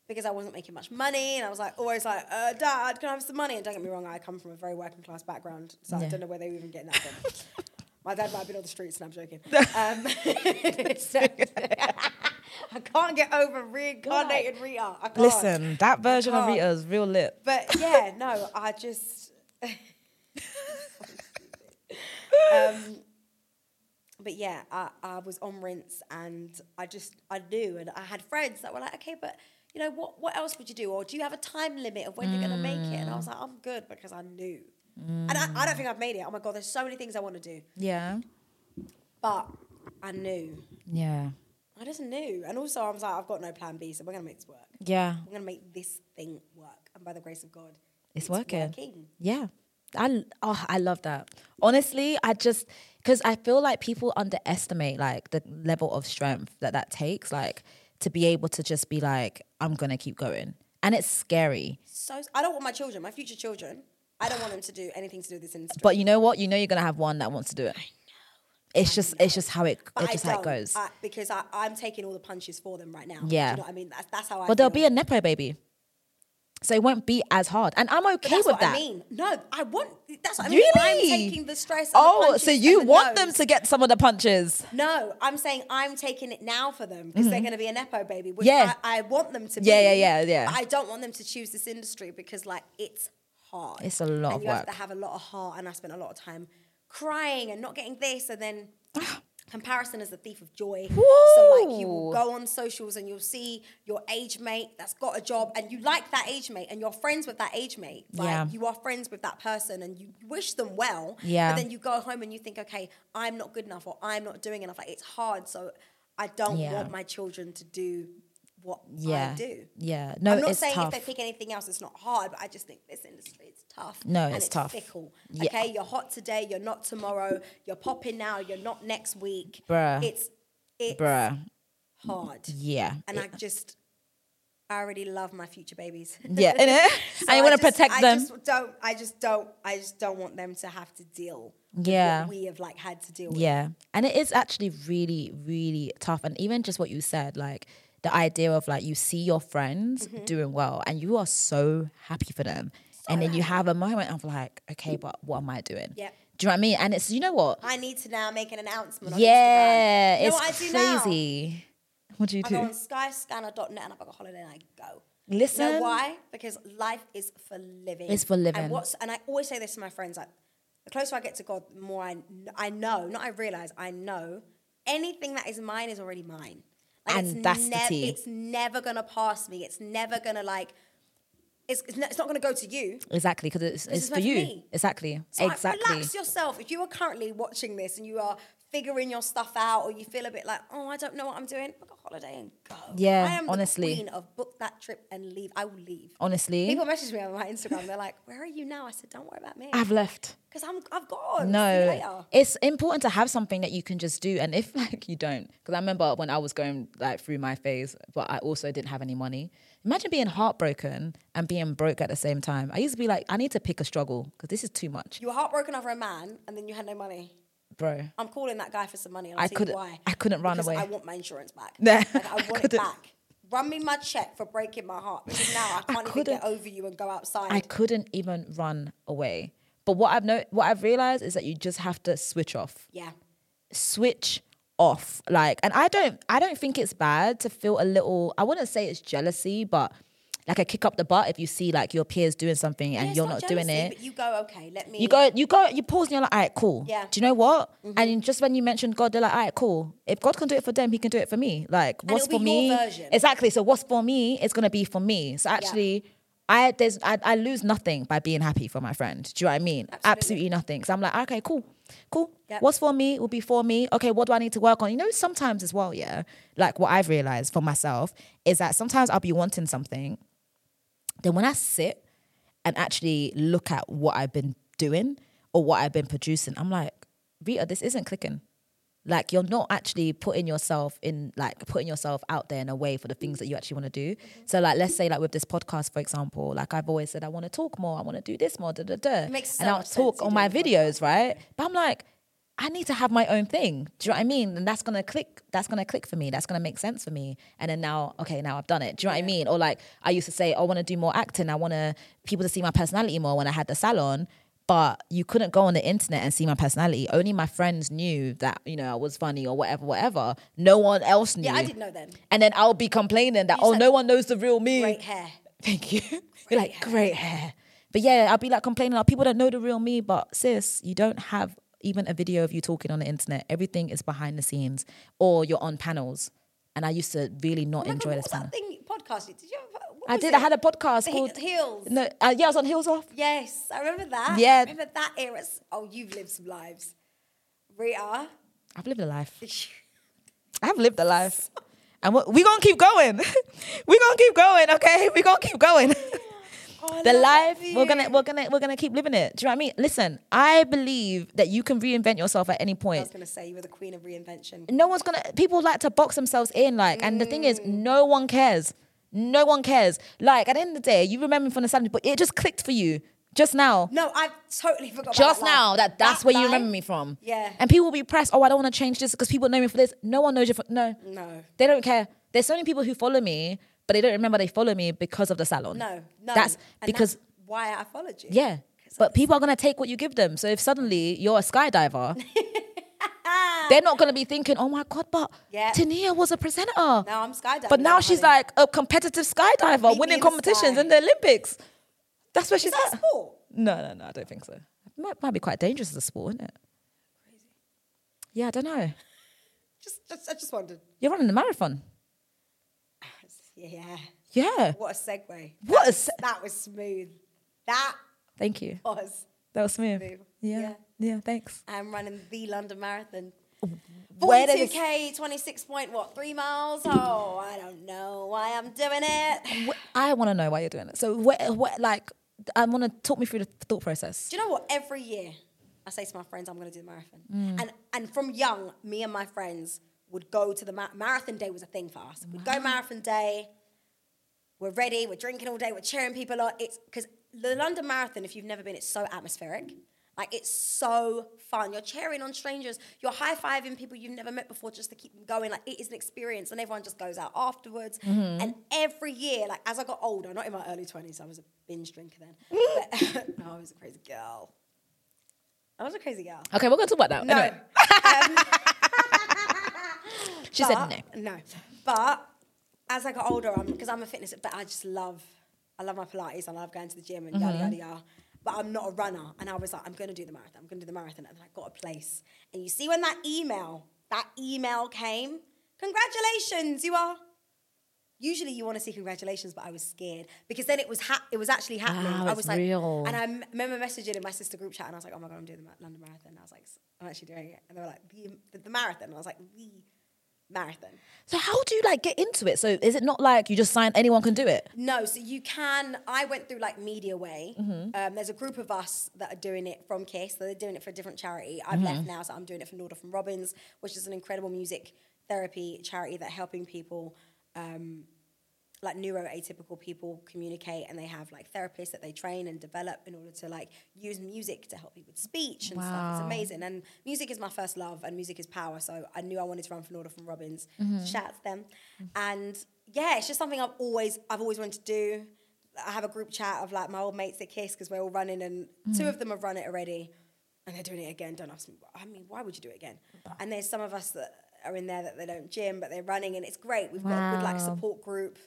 Because I wasn't making much money, and I was like always like, uh, Dad, can I have some money? And don't get me wrong, I come from a very working class background, so I
Yeah.
don't know where they were even getting that from. My dad might have been on the streets, and I'm joking. Um, so- I can't get over reincarnated Rita. I can't.
Listen, that version of
God.
Rita is real lit.
But yeah, no, I just. um, but yeah, I, I was on rinse and I just, I knew and I had friends that were like, okay, but you know, what, what else would you do? Or do you have a time limit of when you're going to make it? And I was like, I'm good because I knew. And I, I don't think I've made it. Oh my God, there's so many things I want to do.
Yeah.
But I knew.
Yeah.
I just knew. And also, I was like, I've got no plan B, so we're going to make this work.
Yeah.
We're going to make this thing work. And by the grace of God,
It's working.
working.
Yeah. I oh, I love that. Honestly, I just cuz I feel like people underestimate like the level of strength that that takes like to be able to just be like I'm going to keep going. And it's scary.
So I don't want my children, my future children, I don't want them to do anything to do with this industry.
But you know what? You know you're going to have one that wants to do it. It's just it's just how it
But
it's just
I
how
don't
it goes.
I, because I, I'm taking all the punches for them right now. Do
Yeah.
you know what I mean? That's, that's how I.
but there'll
feel.
be a nepo baby. So it won't be as hard. And I'm
But
okay
that's
with
what
that.
I mean. No, I want. That's what I mean.
Really?
I'm taking the stress. and the
Oh,
punches
so
and
you
the
want
no's.
them to get some of the punches?
No, I'm saying I'm taking it now for them because
Mm-hmm.
they're going to be a nepo baby, which
Yeah.
I, I want them to
Yeah,
be.
yeah, yeah, yeah.
But I don't want them to choose this industry because, like, it's hard.
It's a lot
and
of
you have
work.
to have a lot of heart, and I spent a lot of time crying and not getting this, and then. Comparison is the thief of joy. So, like, you will
Woo.
go on socials and you'll see your age mate that's got a job, and you like that age mate, and you're friends with that age mate. Like,
Yeah.
you are friends with that person, and you wish them well.
Yeah.
But then you go home and you think, okay, I'm not good enough or I'm not doing enough. Like it's hard, so I don't
Yeah.
want my children to do what
Yeah.
I do.
Yeah. No,
I'm not
it's
saying
tough.
if they pick anything else, it's not hard, but I just think this industry is tough.
No,
and
it's tough.
Fickle.
Yeah.
Okay, you're hot today, you're not tomorrow. You're popping now, you're not next week.
Bruh.
It's it's
Bruh.
hard,
Yeah.
and I just I already love my future babies.
yeah, innit?
So
and you want to
just-
protect
I
them.
Just don't, I just don't. I just don't want them to have to deal. with
Yeah.
What we have like had to deal with.
Yeah. And it is actually really, really tough. And even just what you said, like the idea of like you see your friends
Mm-hmm.
doing well and you are so happy for them. and then you have a moment of like, okay, but what am I doing?
Yep.
Do you know what I mean? And it's, you know what?
I need to now make an announcement. On
yeah.
Instagram. You know
it's
what I do now?
crazy. What do you
I go
do?
on skyscanner.net and I book a holiday and I go. You know
Listen.
why? Because life is for living.
It's for living.
And, what's, and I always say this to my friends like, the closer I get to God, the more I, kn- I know, not I realize, I know anything that is mine is already mine. Like
And that's the tea.
It's never going to pass me. It's never going to like, it's, it's not, it's not going to go to you.
Exactly. Because it's, it's
it's
for
meant for
you.
me.
Exactly.
So like,
exactly.
relax yourself. If you are currently watching this and you are figuring your stuff out, or you feel a bit like, oh, I don't know what I'm doing, book a holiday and go.
Yeah,
I am
honestly.
the queen of book that trip and leave. I will leave.
Honestly,
People message me on my Instagram. They're like, where are you now? I said, don't worry about me,
I've left.
because I'm I've gone. See you later.
Ah. No, it's important to have something that you can just do. And if like you don't, because I remember when I was going like through my phase, but I also didn't have any money. Imagine being heartbroken and being broke at the same time. I used to be like, I need to pick a struggle because this is too much,
You were heartbroken over a man, and then you had no money.
bro.
I'm calling that guy for some money. And
I
I'll tell you
couldn't-
why.
I couldn't run
Because
away.
I want my insurance back.
Nah,
Like, I
I
want it
couldn't.
back. Run me my check for breaking my heart because now I
I
can't even get
couldn't.
over you and go outside.
I couldn't even run away. But what I've no, what I've realized is that you just have to switch off.
yeah.
switch off like and i don't i don't think it's bad to feel a little i wouldn't say it's jealousy but like a kick up the butt if you see like your peers doing something and
Yeah, it's
you're not, doing
jealousy,
it
But you go, okay, let me.
you go you go you pause and you're like all right cool
Yeah. Mm-hmm.
do you know what and just when you mentioned god they're like all right cool if god can do it for them he can do it for me like what's
it'll
for
be
me
your version.
exactly so what's for me is going to be for me so actually I there's I, I lose nothing by being happy for my friend. Do you know what I mean? Absolutely, nothing. So I'm like, okay, cool, cool.
Yep.
What's for me will be for me. Okay, what do I need to work on? You know, sometimes as well, yeah. Like what I've realized for myself is that sometimes I'll be wanting something, Then when I sit and actually look at what I've been doing or what I've been producing, I'm like, Rita, this isn't clicking. Like you're not actually putting yourself in, like putting yourself out there in a way for the things that you actually want to do. So, like, let's say, like with this podcast, for example, like I've always said, I want to talk more, I want to do this more, da da da.
makes so
and I'll
much sense
talk
you
on
doing
my
the podcast.
videos, right? But I'm like, I need to have my own thing. Do you know what I mean? And that's gonna click. That's gonna click for me. That's gonna make sense for me. And then now, okay, now I've done it. Do you know what I mean? Or like I used to say, "Oh, I want to do more acting. I want to people to see my personality more when I had the salon. But you couldn't go on the internet and see my personality. Only my friends knew that you know I was funny or whatever, whatever. No one else knew.
Yeah, I didn't know then.
And then I'll be complaining that
just
oh,
had
no one knows the real me.
Great hair.
Thank you. You're like, great hair. But yeah, I'll be like complaining, like, people don't know the real me, but sis, you don't have even a video of you talking on the internet. Everything is behind the scenes or you're on panels. And I used to really not
Oh my God,
enjoy
what
this
was
panel.
that thing podcast? Did you? Ever, what
I
was
did.
it?
I had a podcast
The He-
called
Heels.
No, uh, yeah, I was on Heels Off.
Yes, I remember that.
Yeah.
I remember that era. Oh, you've lived some lives, Rita.
I've lived a life. I've lived a life. And we're, we're going to keep going. we're going to keep going, okay? We're going to keep going.
Oh, I
the
love
life we're
you.
gonna we're gonna we're gonna keep living it. Do you know what I mean? Listen, I believe that you can reinvent yourself at any
I
point.
was gonna say you were the queen of reinvention.
no one's gonna people like to box themselves in like and the thing is
Mm.
no one cares no one cares like at the end of the day you remember me from the Sunday but it just clicked for you just now
No, I totally forgot. about
just
that life.
now that that's
That
where you
life-
remember me from
Yeah.
and people will be pressed oh I don't want to change this because people know me for this no one knows you for no
No.
they don't care there's so many people who follow me but they don't remember they follow me because of the salon
No, no.
that's
And
because
that's why I followed you.
yeah. But people are gonna take what you give them. So if suddenly you're a skydiver, they're not gonna be thinking, "Oh my god!" But
Yeah.
Tania was a presenter.
Now I'm skydiving.
But now she's
honey.
like a competitive skydiver,
Meet me
winning
in the
competitions
sky.
in the Olympics. That's where she's
is that a
at.
sport?
No, no, no. I don't think so. It might, might be quite dangerous as a sport, isn't it? Yeah, I don't know.
Just, just, I just wondered.
You're running a marathon.
Yeah.
Yeah.
What a segue.
What a se-
That was smooth. That
Thank you.
was.
That was smooth.
Smooth.
Yeah.
Yeah.
Yeah. thanks.
I'm running the London Marathon.
Where did
42k, 26 point what? Three miles. Oh, I don't know why I'm doing it.
Wh- I want to know why you're doing it. So, where, where, like, I want to talk me through the thought process.
Do you know what? Every year, I say to my friends, I'm going to do the marathon.
Mm.
And and from young, me and my friends would go to the ma- marathon day was a thing for us. We'd go marathon day. We're ready. We're drinking all day. We're cheering people on. It's because the London Marathon, if you've never been, it's so atmospheric. Like it's so fun. You're cheering on strangers. You're high fiving people you've never met before just to keep them going. Like it is an experience, and everyone just goes out afterwards. And every year, like as I got older, not in my early twenties, I was a binge drinker then. But, no, I was a crazy girl. I was a crazy girl.
Okay, we're going to talk about that.
No.
Anyway, she said no.
but- No. But as I got older, I'm because I'm a fitness, but I just love, I love my Pilates. I love going to the gym and
Mm-hmm.
yada yada yada. But I'm not a runner, and I was like, I'm going to do the marathon. I'm going to do the marathon, and I got a place. And you see when that email, that email came. Congratulations, you are. Usually you want to see congratulations, but I was scared because then it was ha- it was actually happening.
Wow,
I
it's
was like,
real.
and I m- remember messaging in my sister group chat, and I was like, oh my god, I'm doing the ma- London Marathon. And I was like, "S- I'm actually doing it, and they were like, the, the, the marathon. And I was like, the marathon.
So, how do you like get into it? So, is it not like you just sign anyone can do it?
No, so you can. I went through like Media Way. Um, there's a group of us that are doing it from Kiss. So they're doing it for a different charity. I've left now, so I'm doing it for Norda from Robbins, which is an incredible music therapy charity that helping people, um, like neuroatypical people, communicate. And they have like therapists that they train and develop in order to like use music to help people with speech and stuff. It's
Wow.
amazing. And music is my first love, and music is power. So I knew I wanted to run for Norda from Robbins.
Mm-hmm.
Shout out to them. And yeah, it's just something I've always I've always wanted to do. I have a group chat of like my old mates at Kiss because we're all running, and
Mm-hmm.
two of them have run it already, and they're doing it again. Don't ask me. why- I mean, why would you do it again? And there's some of us that are in there that they don't gym, but they're running, and it's great. We've got a good like
Wow.
support group.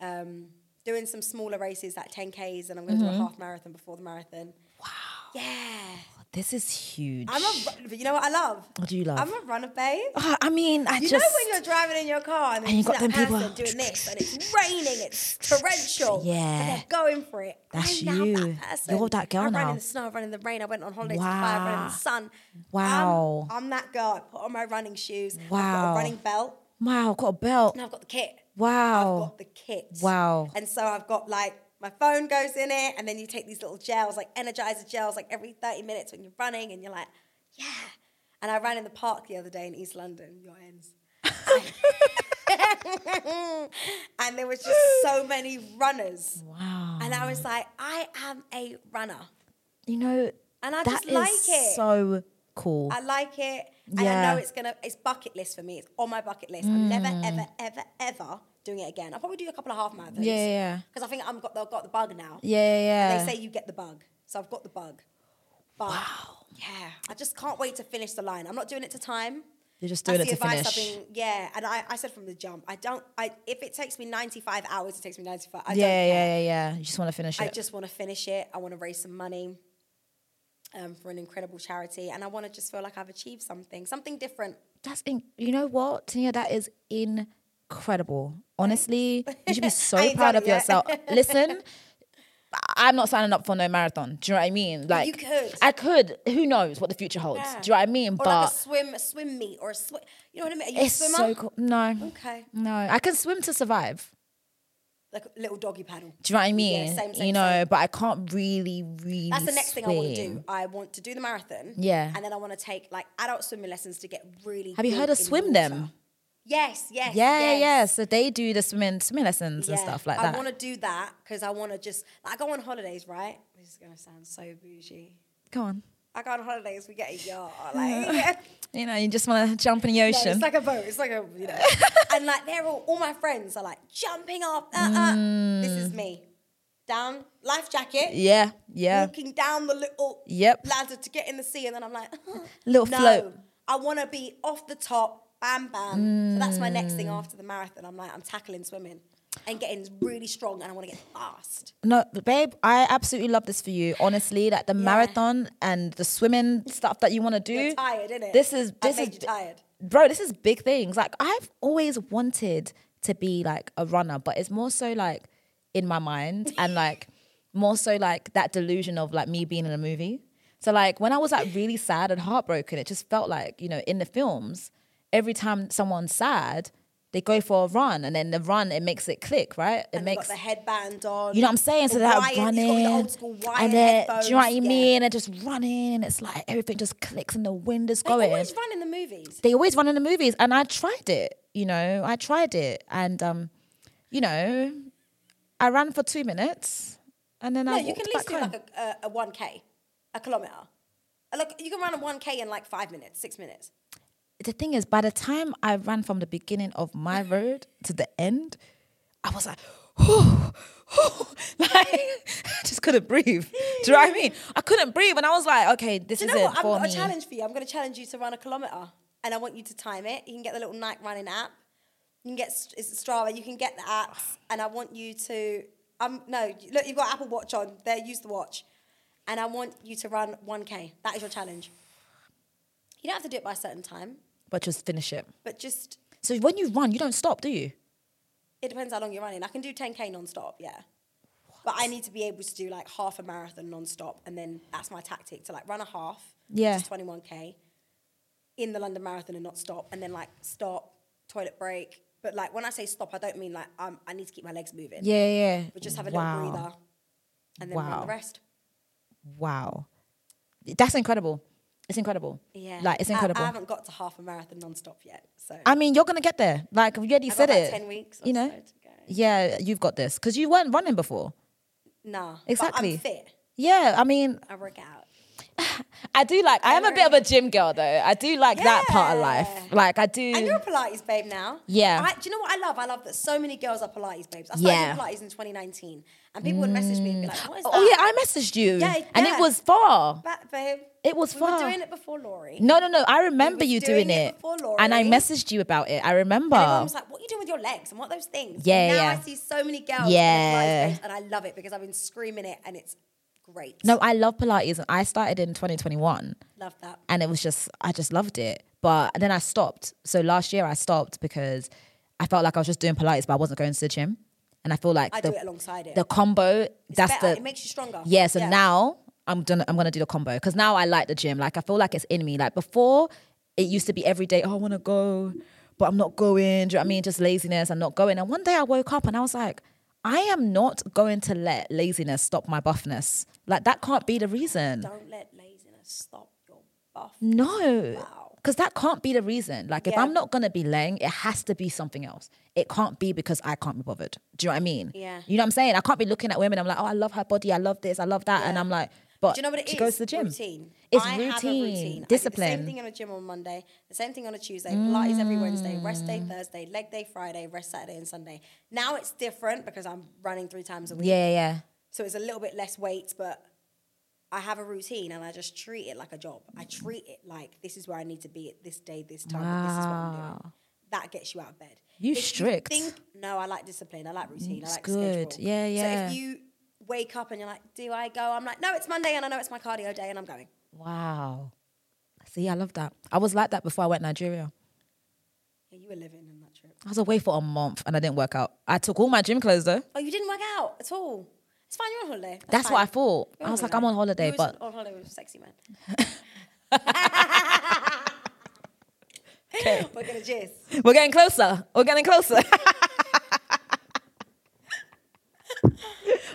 Um, doing some smaller races like 10ks, and I'm going to
Mm-hmm.
do a half marathon before the marathon. Wow. Yeah.
This is huge.
I'm a, ru- but you know what I love?
What do you love?
I'm a runner, babe.
Ah, I mean, I
You
just.
know when you're driving in your car and,
And
then you
you
see
got
that
them people-
person doing this and it's raining, it's torrential.
Yeah.
And they're going for it.
That's
I'm now
you.
That person.
You're that girl
I ran
now.
in the snow, I ran in the rain, I went on holidays to Dubai, I ran in
Wow.
the sun.
Wow.
I'm, I'm that girl. I put on my running shoes. I've got a
Wow.
running belt
wow, I've got a belt.
Oh,
and I've got the kit. I've
Wow.
got the kit.
Wow.
And so I've got like my phone goes in it, and then you take these little gels, like energizer gels, like every 30 minutes when you're running, and you're like, yeah. And I ran in the park the other day in East London, your ends. and there was just so many runners.
Wow.
And I was like, I am a runner.
You know,
And I
that
just like
is
it.
so cool.
I like it. And
Yeah.
I know it's gonna it's bucket list for me. It's on my bucket list. I'm never,
Mm.
ever, ever, ever doing it again. I'll probably do a couple of half marathons.
Yeah, yeah, yeah.
Because I think I'm got I've got the bug now.
yeah, yeah.
They say you get the bug. So I've got the bug. But yeah. I just can't wait to finish the line. I'm not doing it to time.
You're just doing
That's
it
the
to
advice
finish.
I've been, yeah, and I, I said from the jump, I don't I if it takes me 95 hours, it takes me 95.
yeah,
I don't care.
yeah, yeah, yeah. You just want to finish it.
I just want to finish it. I want to raise some money um, for an incredible charity, and I want to just feel like I've achieved something, something different.
That's in, you know what, Tanya, that is incredible. Honestly, you should be
I
so
ain't
proud
done
of
it yet.
yourself. Listen, I- I'm not signing up for no marathon. Do you know what I mean? Like
you could.
I could. Who knows what the future holds?
Yeah.
Do you know what I mean?
Or
but
like a swim, a swim meet, or a swim. You know what I mean? Are you
it's
a
so
swimmer?
cool. No.
Okay,
No. I can swim to survive.
like a little doggy paddle.
Do you know what I mean?
same,
you
same,
know,
same.
but I can't really, really.
That's the next thing I want to
swim.
do. I want to do the marathon.
Yeah.
and then I want to take like adult swimming lessons to get really.
Have you
good
heard of
in the
swim
water.
them?
Yes, yes,
Yeah, yeah,
yes.
yeah. So they do the swimming swimming lessons and stuff like that.
I want to do that because I want to just. I go on holidays, right? This is gonna sound so bougie.
Go on.
I go on holidays, we get a yacht. Like,
You know, you just want to jump in the
Yeah,
ocean.
it's like a boat. It's like a you know. and like they're all, all my friends are like jumping off. Uh, uh. This
Mm.
is me. Down life jacket.
yeah, yeah.
Walking down the little
Yep.
ladder to get in the sea, and then I'm like,
Little
no,
float.
I want to be off the top. Bam, bam. So that's my next thing after the marathon. I'm like, I'm tackling swimming and getting really strong, and I want to get fast.
No, babe, I absolutely love this for you. Honestly, that the marathon and the swimming stuff that you want to do.
You're tired, innit?
This is
I
this
made
is
you tired.
bro. This is big things. Like I've always wanted to be like a runner, but it's more so like in my mind and like more so like that delusion of like me being in a movie. So like when I was like really sad and heartbroken, it just felt like you know in the films, every time someone's sad, they go for a run, and then the run it makes it click, right? It
And they've
makes
got the headband on.
you know what I'm saying? So
the
that
wired- he's got the
running,
old school wired
and then do you know what I
headphones, yeah.
mean? And just running, it's like everything just clicks and the wind is
They
going.
always run in the movies.
they always run in the movies, and I tried it. You know, I tried it, and um, you know, I ran for two minutes, and then
No,
I
you can
walked
at
back
least do
home.
like a, a, a 1K, a kilometer. Uh, Like you can run a 1K in like five minutes, six minutes.
the thing is, by the time I ran from the beginning of my road to the end, I was like, whew, whew, like I just couldn't breathe. Do you know what I mean? I couldn't breathe, and I was like, okay, this
Do you
is
know
it
what? I've
for
got
me.
a challenge for you. I'm going to challenge you to run a kilometer, and I want you to time it. You can get the little night running app. You can get St- is it Strava. You can get the apps, and I want you to. Um, no, look, you've got Apple Watch on. There, use the watch, and I want you to run 1K. That is your challenge. You don't have to do it by a certain time,
but just finish it.
but just
So when you run, you don't stop, do you?
It depends how long you're running. I can do 10k non-stop, yeah. But I need to be able to do like half a marathon non-stop and then that's my tactic to like run a half,
Yeah.
which is 21k in the London marathon and not stop and then like stop, toilet break. But like when I say stop, I don't mean like um, I need to keep my legs moving.
Yeah, yeah.
But just have a
wow.
little breather and then run
Wow.
the rest.
Wow, that's incredible. It's incredible.
Yeah.
like it's
I-
incredible. Ah,
I,
I,
haven't got to half a marathon non-stop yet. So
mean, you're gonna get there. Like you already
I've
said
got about
it.
10 weeks or
you know.
so to go.
Yeah, you've got this because you weren't running before.
nah.
Exactly.
But I'm fit.
Yeah, I mean,
I work out.
I do like. I am a bit of a gym girl though. I do like that part of life.
Yeah.
Like I do.
And you're a Pilates babe now.
Yeah.
I, do you know what I love? I love that so many girls are Pilates babes. I started
Yeah.
doing Pilates in 2019, and people would message me and be like, "What is that?"
oh yeah, I messaged you,
Yeah,
and it
yeah.
was far.
Back, babe.
It was
we
far.
were doing it before Laurie.
No, no, no. I remember
was
you
doing
doing,
it
it,
before
and I
Laurie.
messaged you about it. I remember.
And everyone was like, "What are you doing with your legs and what are those things?"
Yeah,
And now
yeah.
I see so many girls. in
Yeah.
Pilates babes, and I love it because I've been screaming it, and it's great.
no, I love Pilates, and I started in 2021,
love that.
and it was just I just loved it. But then I stopped. So last year I stopped because I felt like I was just doing Pilates, but I wasn't going to the gym, and I feel like
I
the
do it alongside it.
the combo that's
Better.
the
it makes you stronger.
Yeah, so now I'm gonna I'm gonna do the combo because now I like the gym. Like I feel like it's in me. Like before, it used to be every day. Oh, I want to go, but I'm not going. Do you know what I mean? Just laziness. I'm not going. And one day I woke up and I was like, I am not going to let laziness stop my buffness. Like that can't be the reason.
Don't let laziness stop your buff.
No.
Wow.
Because that can't be the reason. Like, if
Yeah.
I'm not going to be laying, it has to be something else. It can't be because I can't be bothered. Do you know what I mean?
Yeah.
You know what I'm saying? I can't be looking at women. I'm like, oh, I love her body. I love this. I love that. And
Yeah.
I'm like, but
Do you know what it
she
is?
goes to the gym.
Routine.
It's
I
routine.
Have a routine.
Discipline.
I do the same thing on a gym on Monday, the same thing on a Tuesday, Pilates every Wednesday, rest
Mm.
day Thursday, leg day Friday, rest Saturday and Sunday. Now it's different because I'm running three times a week.
yeah, yeah, yeah.
So it's a little bit less weight, but I have a routine and I just treat it like a job. I treat it like this is where I need to be at this day, this time, and this is what I'm doing. That gets you out of bed.
You
If
strict.
think, no, I like discipline. I like routine. I like
good.
schedule.
Yeah, yeah.
So if you wake up and you're like, do I go? I'm like, no, it's Monday and I know it's my cardio day and I'm going.
Wow. See, I love that. I was like that before I went Nigeria.
Yeah, you were living in that trip.
I was away for a month and I didn't work out. I took all my gym clothes though.
Oh, you didn't work out at all. It's fine. You're on holiday.
That's
fine.
what I thought.
You're
I was like, I'm on holiday,
You was
but
on holiday with a sexy man. We're gonna jizz.
we're getting closer. We're getting closer.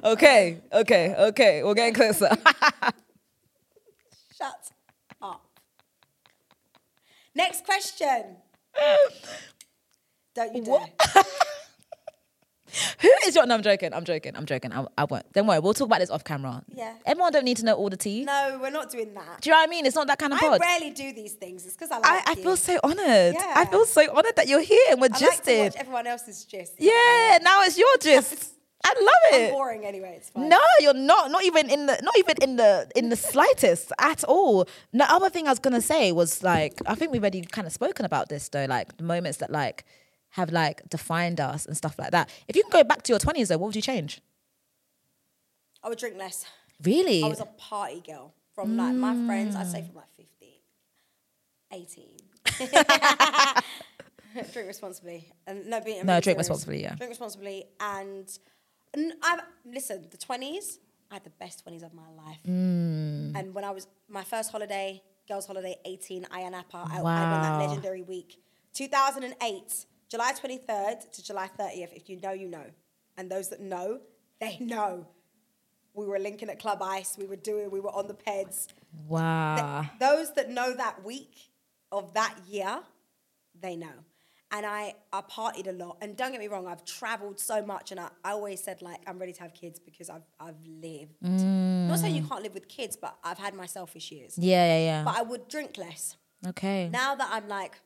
okay, okay, okay. We're getting closer.
Shut up. Next question. Don't you dare.
Who is your? No, I'm joking. I'm joking. I'm joking. I, I won't. Don't worry. We'll talk about this off camera.
Yeah.
Everyone don't need to know all the tea.
No, we're not doing that.
Do you know what I mean? It's not that kind of
I
pod.
rarely do these things. It's because I like
I, I
you.
feel so honored. I
Yeah.
feel so honored that you're here and we're
I like to
gisted.
watch everyone else's gist.
yeah, now it's your gist. I love
I'm
it.
boring anyway. It's fine.
No, you're not. Not even in the. Not even in the. In the slightest at all. The other thing I was gonna say was like I think we've already kind of spoken about this though. Like the moments that like have like defined us and stuff like that. If you can go back to your twenties though, what would you change?
I would drink less.
Really?
I was a party girl from like my friends, I'd say from like 15, 18. drink responsibly. And no, being, I'm
No,
being
drink
serious.
responsibly, yeah.
Drink responsibly. And, and I listen, the 20s, I had the best 20s of my life. And when I was, my first holiday, girls' holiday, 18, Ayanapa, I, I won
Wow.
that legendary week. 2008, July 23rd to July 30th. If you know, you know. And those that know, they know. We were linking at Club Ice. We were doing, we were on the peds. Th-
wow.
Those that know that week of that year, they know. And I, I partied a lot. And don't get me wrong, I've traveled so much. And I, I always said, like, I'm ready to have kids because I've, I've lived. Not saying you can't live with kids, but I've had my selfish years.
Yeah, yeah,
But I would drink less.
yeah. Okay.
Now that I'm like,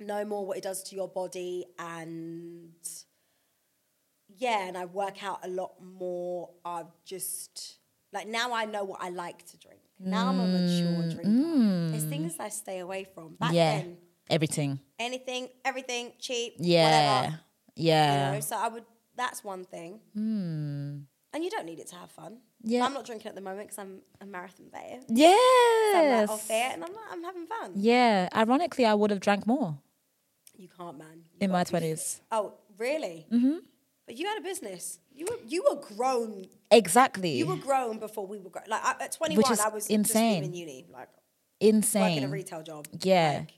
know more what it does to your body and yeah, and I work out a lot more. I've just like now I know what I like to drink. Now I'm a mature drinker. There's things I stay away from. Back
Mm, yeah.
then,
Everything.
anything, everything, cheap,
Yeah.
whatever.
Yeah. Mm.
You know, so I would. That's one thing. And you don't need it to have fun.
Yeah.
I'm not drinking at the moment because I'm a marathon babe. So I'm
Yes.
like off it, and I'm like, I'm having fun.
yeah. Ironically, I would have drank more
You can't, man. You
in
got
my
to be fit.
twenties.
Oh, really? Mm-hmm. But you had a business. You were you were grown.
Exactly.
You were grown before we were grown. Like I, at twenty
Which
one,
is
I was
insane.
Just leaving uni, like working a
Insane.
retail job.
Yeah.
Like,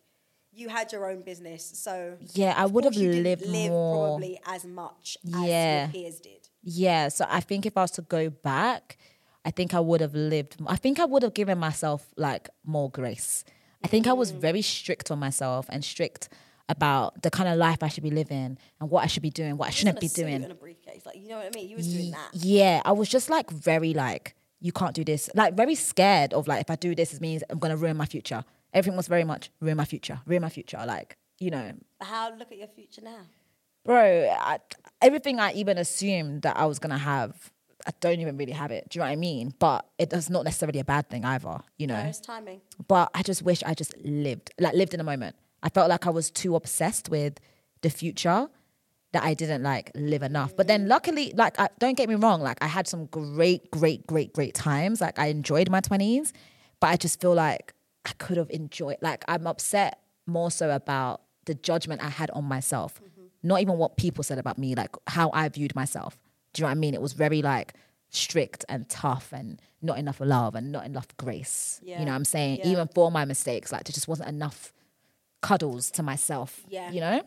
you had your own business, so
Yeah, I
of
would have
course you didn't
lived
live
more.
probably as much
Yeah.
as your peers did.
Yeah, so I think if I was to go back, I think I would have lived. I think I would have given myself like more grace. I think I was
Mm.
very strict on myself and strict about the kind of life I should be living and what I should be doing, what I
Just in
shouldn't
a
be
suit
doing.
and a briefcase, like you know what I mean. You was doing that.
Yeah, I was just like very like you can't do this. Like very scared of like if I do this, it means I'm gonna ruin my future. Everything was very much ruin my future, ruin my future. Like you know,
But how look at your future now?
bro, I, everything I even assumed that I was gonna have, I don't even really have it. Do you know what I mean? But it does not necessarily a bad thing either, you know.
Where's timing?
But I just wish I just lived, like lived in the moment. I felt like I was too obsessed with the future that I didn't like live enough. But then luckily, like I, don't get me wrong, like I had some great, great, great, great times. Like I enjoyed my twenties, but I just feel like I could have enjoyed. Like I'm upset more so about the judgment I had on myself, not even what people said about me, like how I viewed myself. Do you know what I mean? It was very like strict and tough and not enough love and not enough grace. You
Yeah.
know what I'm saying?
Yeah.
Even for my mistakes, like there just wasn't enough cuddles to myself.
Yeah.
You know?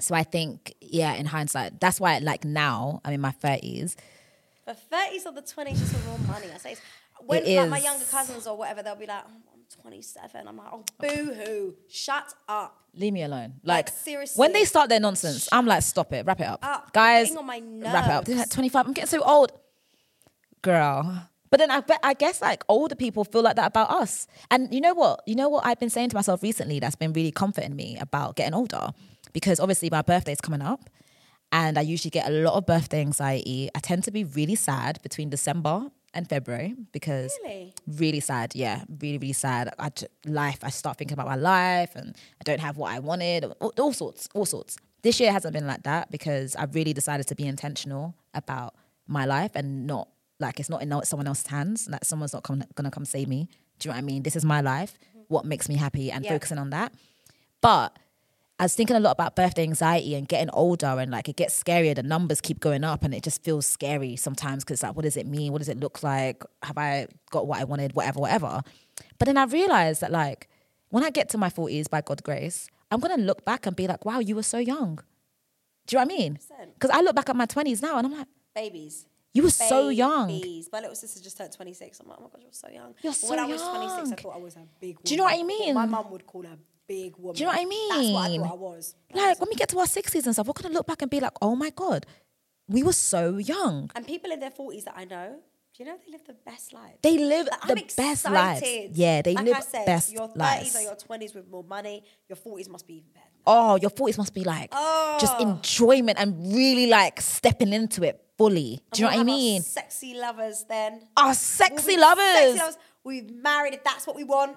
So I think, yeah, in hindsight, that's why like now I'm in my thirties.
But thirties or the twenties is raw money. I say it's, when
It
like my
is.
younger cousins or whatever, they'll be like, oh, I'm 27. I'm like, oh boo hoo, shut up,
Leave me alone. Like,
seriously.
when they start their nonsense, I'm like, stop it, wrap it up,
Up.
guys.
Getting on my
Wrap it up. They're
nerves.
like 25. I'm getting so old, girl. But then I bet I guess like older people feel like that about us. And you know what? You know what I've been saying to myself recently that's been really comforting me about getting older, because obviously my birthday's coming up, and I usually get a lot of birthday anxiety. I tend to be really sad between December and February because
Really?
really sad. Yeah, really, really sad. I j- life. I start thinking about my life, and I don't have what I wanted. All, all sorts, all sorts. This year hasn't been like that because I've really decided to be intentional about my life and not like it's not in someone else's hands. Like someone's not come, gonna come save me. Do you know what I mean? This is my life. What makes me happy and
Yeah.
focusing on that. But I was thinking a lot about birthday anxiety and getting older, and like it gets scarier. The numbers keep going up, and it just feels scary sometimes because, like, what does it mean? What does it look like? Have I got what I wanted? Whatever, whatever. But then I realized that, like, when I get to my 40s, by God's grace, I'm going to look back and be like, wow, you were so young. Do you know what I mean?
100%.
Because I look back at my 20s now and I'm like,
babies.
you were so young.
Babies. My little sister just turned 26. I'm like, oh my god, you're so young.
You're
But
so
when I was 26, I
young.
thought I was a big woman.
Do you know what I
My
mean?
mum would call her big woman.
know what I
That's what I
mean?
thought I was.
Like, when we get to our 60s and stuff, we're going to look back and be like, oh my God, we were so young.
And people in their 40s that I know, do you know they live the best life?
They live
Like,
the best lives. Yeah, they
like
live
I said,
best
your 30s
lives.
or your 20s with more money, your 40s must be even better.
oh, your 40s must be like just
Oh.
enjoyment and really like stepping into it fully. Do you know what I
And we'll have our
mean?
Sexy lovers then.
Our
We'll
sexy
be
lovers.
Sexy lovers. We've married if that's what we want.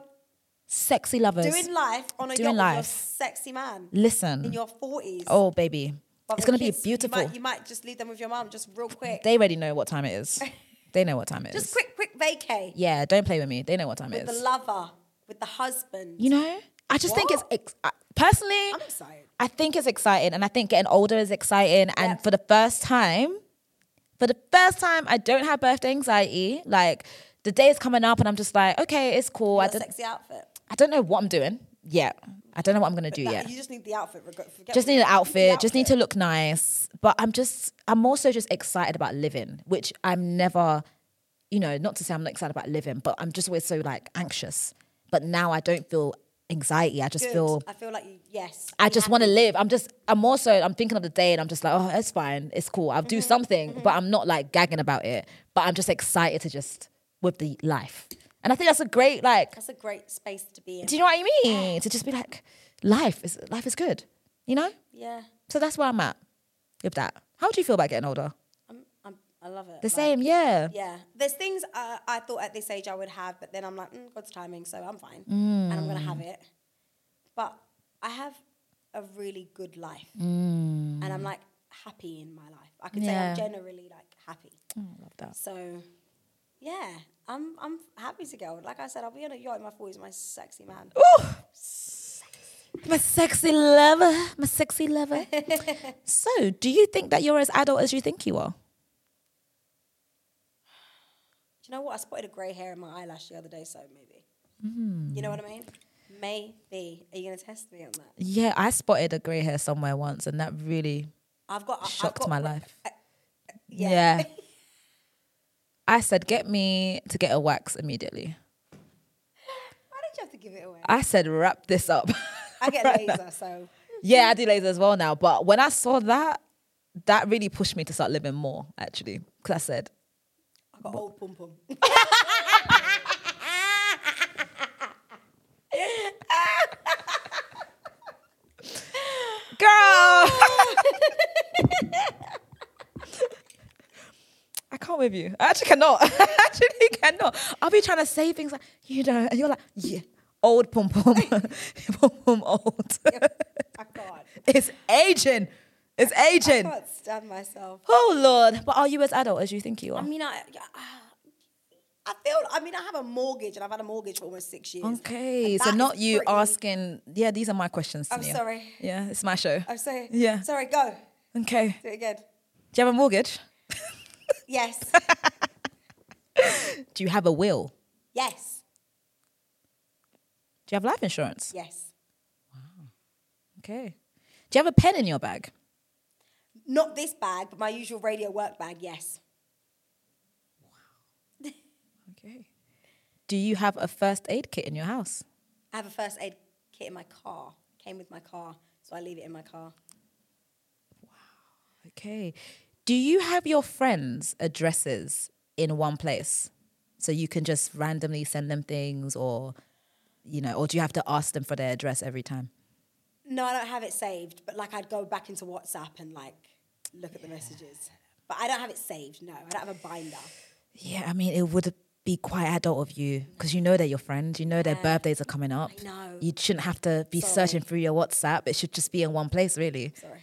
Sexy lovers.
Doing life on a
Doing
yacht with your
life.
sexy man
Listen.
in your 40s.
oh, baby.
But
It's
the
going to be
kids,
beautiful.
You might, you might just leave them with your mum just real quick.
they already know what time it is. They know what time it is.
just quick, quick vacay
Yeah, don't play with me. They know what time
with
it
the
is.
lover, with the husband.
you know? I just think it's
What?
ex- I- personally
I'm excited.
I think it's exciting, and I think getting older is exciting. And
Yep.
for the first time, for the first time, I don't have birthday anxiety. Like the day is coming up, and I'm just like, okay, it's cool. Oh, I
Your
don't,
sexy outfit.
I don't know what I'm doing yet. I don't know what I'm gonna do
That-
yet.
You just need the outfit. Forget forget
Just
what-
need an
you
outfit. Just need to
outfit.
look nice. But I'm just, I'm also just excited about living, which I'm never, you know, not to say I'm not excited about living, but I'm just always so like anxious. But now I don't feel anxiety. I just
Good.
feel
I feel like you, yes.
I
I'm
just
happy.
want to live. I'm just, I'm also, I'm thinking of the day and I'm just like, oh, it's fine. It's cool. I'll do something, but I'm not like gagging about it. But I'm just excited to just with the life. And I think that's a great, like,
That's a great space to be in.
do you know what I mean? To just be like, life is, life is good, you know?
yeah,
So that's where I'm at with that. How do you feel about getting older?
I'm, I'm, I love it.
The same, yeah.
Yeah, there's things uh, I thought at this age I would have, but then I'm like, mm, God's timing, so I'm fine, and I'm gonna
Mm.
have it. But I have a really good life, and I'm like happy in my life. I can
Mm. Yeah.
say I'm generally like happy.
Oh, I love that.
So, yeah, I'm I'm happy to go. Like I said, I'll be on a yacht in my 40s, my sexy man.
My sexy lover, my sexy lover. so, do you think that you're as adult as you think you are?
Do you know what? I spotted a grey hair in my eyelash the other day, so maybe.
Mm.
You know what I mean? Maybe. Are you going to test me on that?
Yeah, I spotted a grey hair somewhere once, and that really
I've got. I- I've
shocked
got
my
gre-
life.
yeah.
yeah. I said, get me to get a wax immediately.
Why did you have to give it away?
I said, wrap this up.
I get
Right now.
laser, so.
Yeah, I do laser as well now. But when I saw that, that really pushed me to start living more, actually. Because I said,
I got old pum pum.
girl. I can't with you. I actually cannot. I actually cannot. I'll be trying to say things like, you know, and you're like, yeah, old pom pom, pom pom old.
I can't.
it's aging. It's
I
aging.
can't stand myself.
Oh Lord! But are you as adult as you think you
I
are?
mean, I. I feel. I mean, I have a mortgage, and I've had a mortgage for almost six years.
Okay,
And
so
that
not
is
you
pretty-
asking. Yeah, these are my questions.
I'm
Tania.
sorry.
Yeah, it's my show.
I'm sorry.
Yeah.
Sorry. Go.
Okay.
Do it again.
Do you have a mortgage?
Yes.
Do you have a will?
yes.
Do you have life insurance?
Yes.
Okay. Do you have a pen in your bag?
Not this bag, but my usual radio work bag, yes.
Okay. Do you have a first aid kit in your house?
I have a first aid kit in my car. Came with my car, so I leave it in my car.
Okay. Do you have your friends' addresses in one place? So you can just randomly send them things or you know, or do you have to ask them for their address every time?
No, I don't have it saved, but like I'd go back into WhatsApp and like look at the messages. But I don't have it saved, no. I don't have a binder.
Yeah, I mean it would be quite adult of you because you know they're your friend, you know their birthdays are coming up.
I know.
You shouldn't have to be
Sorry.
searching through your WhatsApp. It should just be in one place, really.
Sorry. Mm.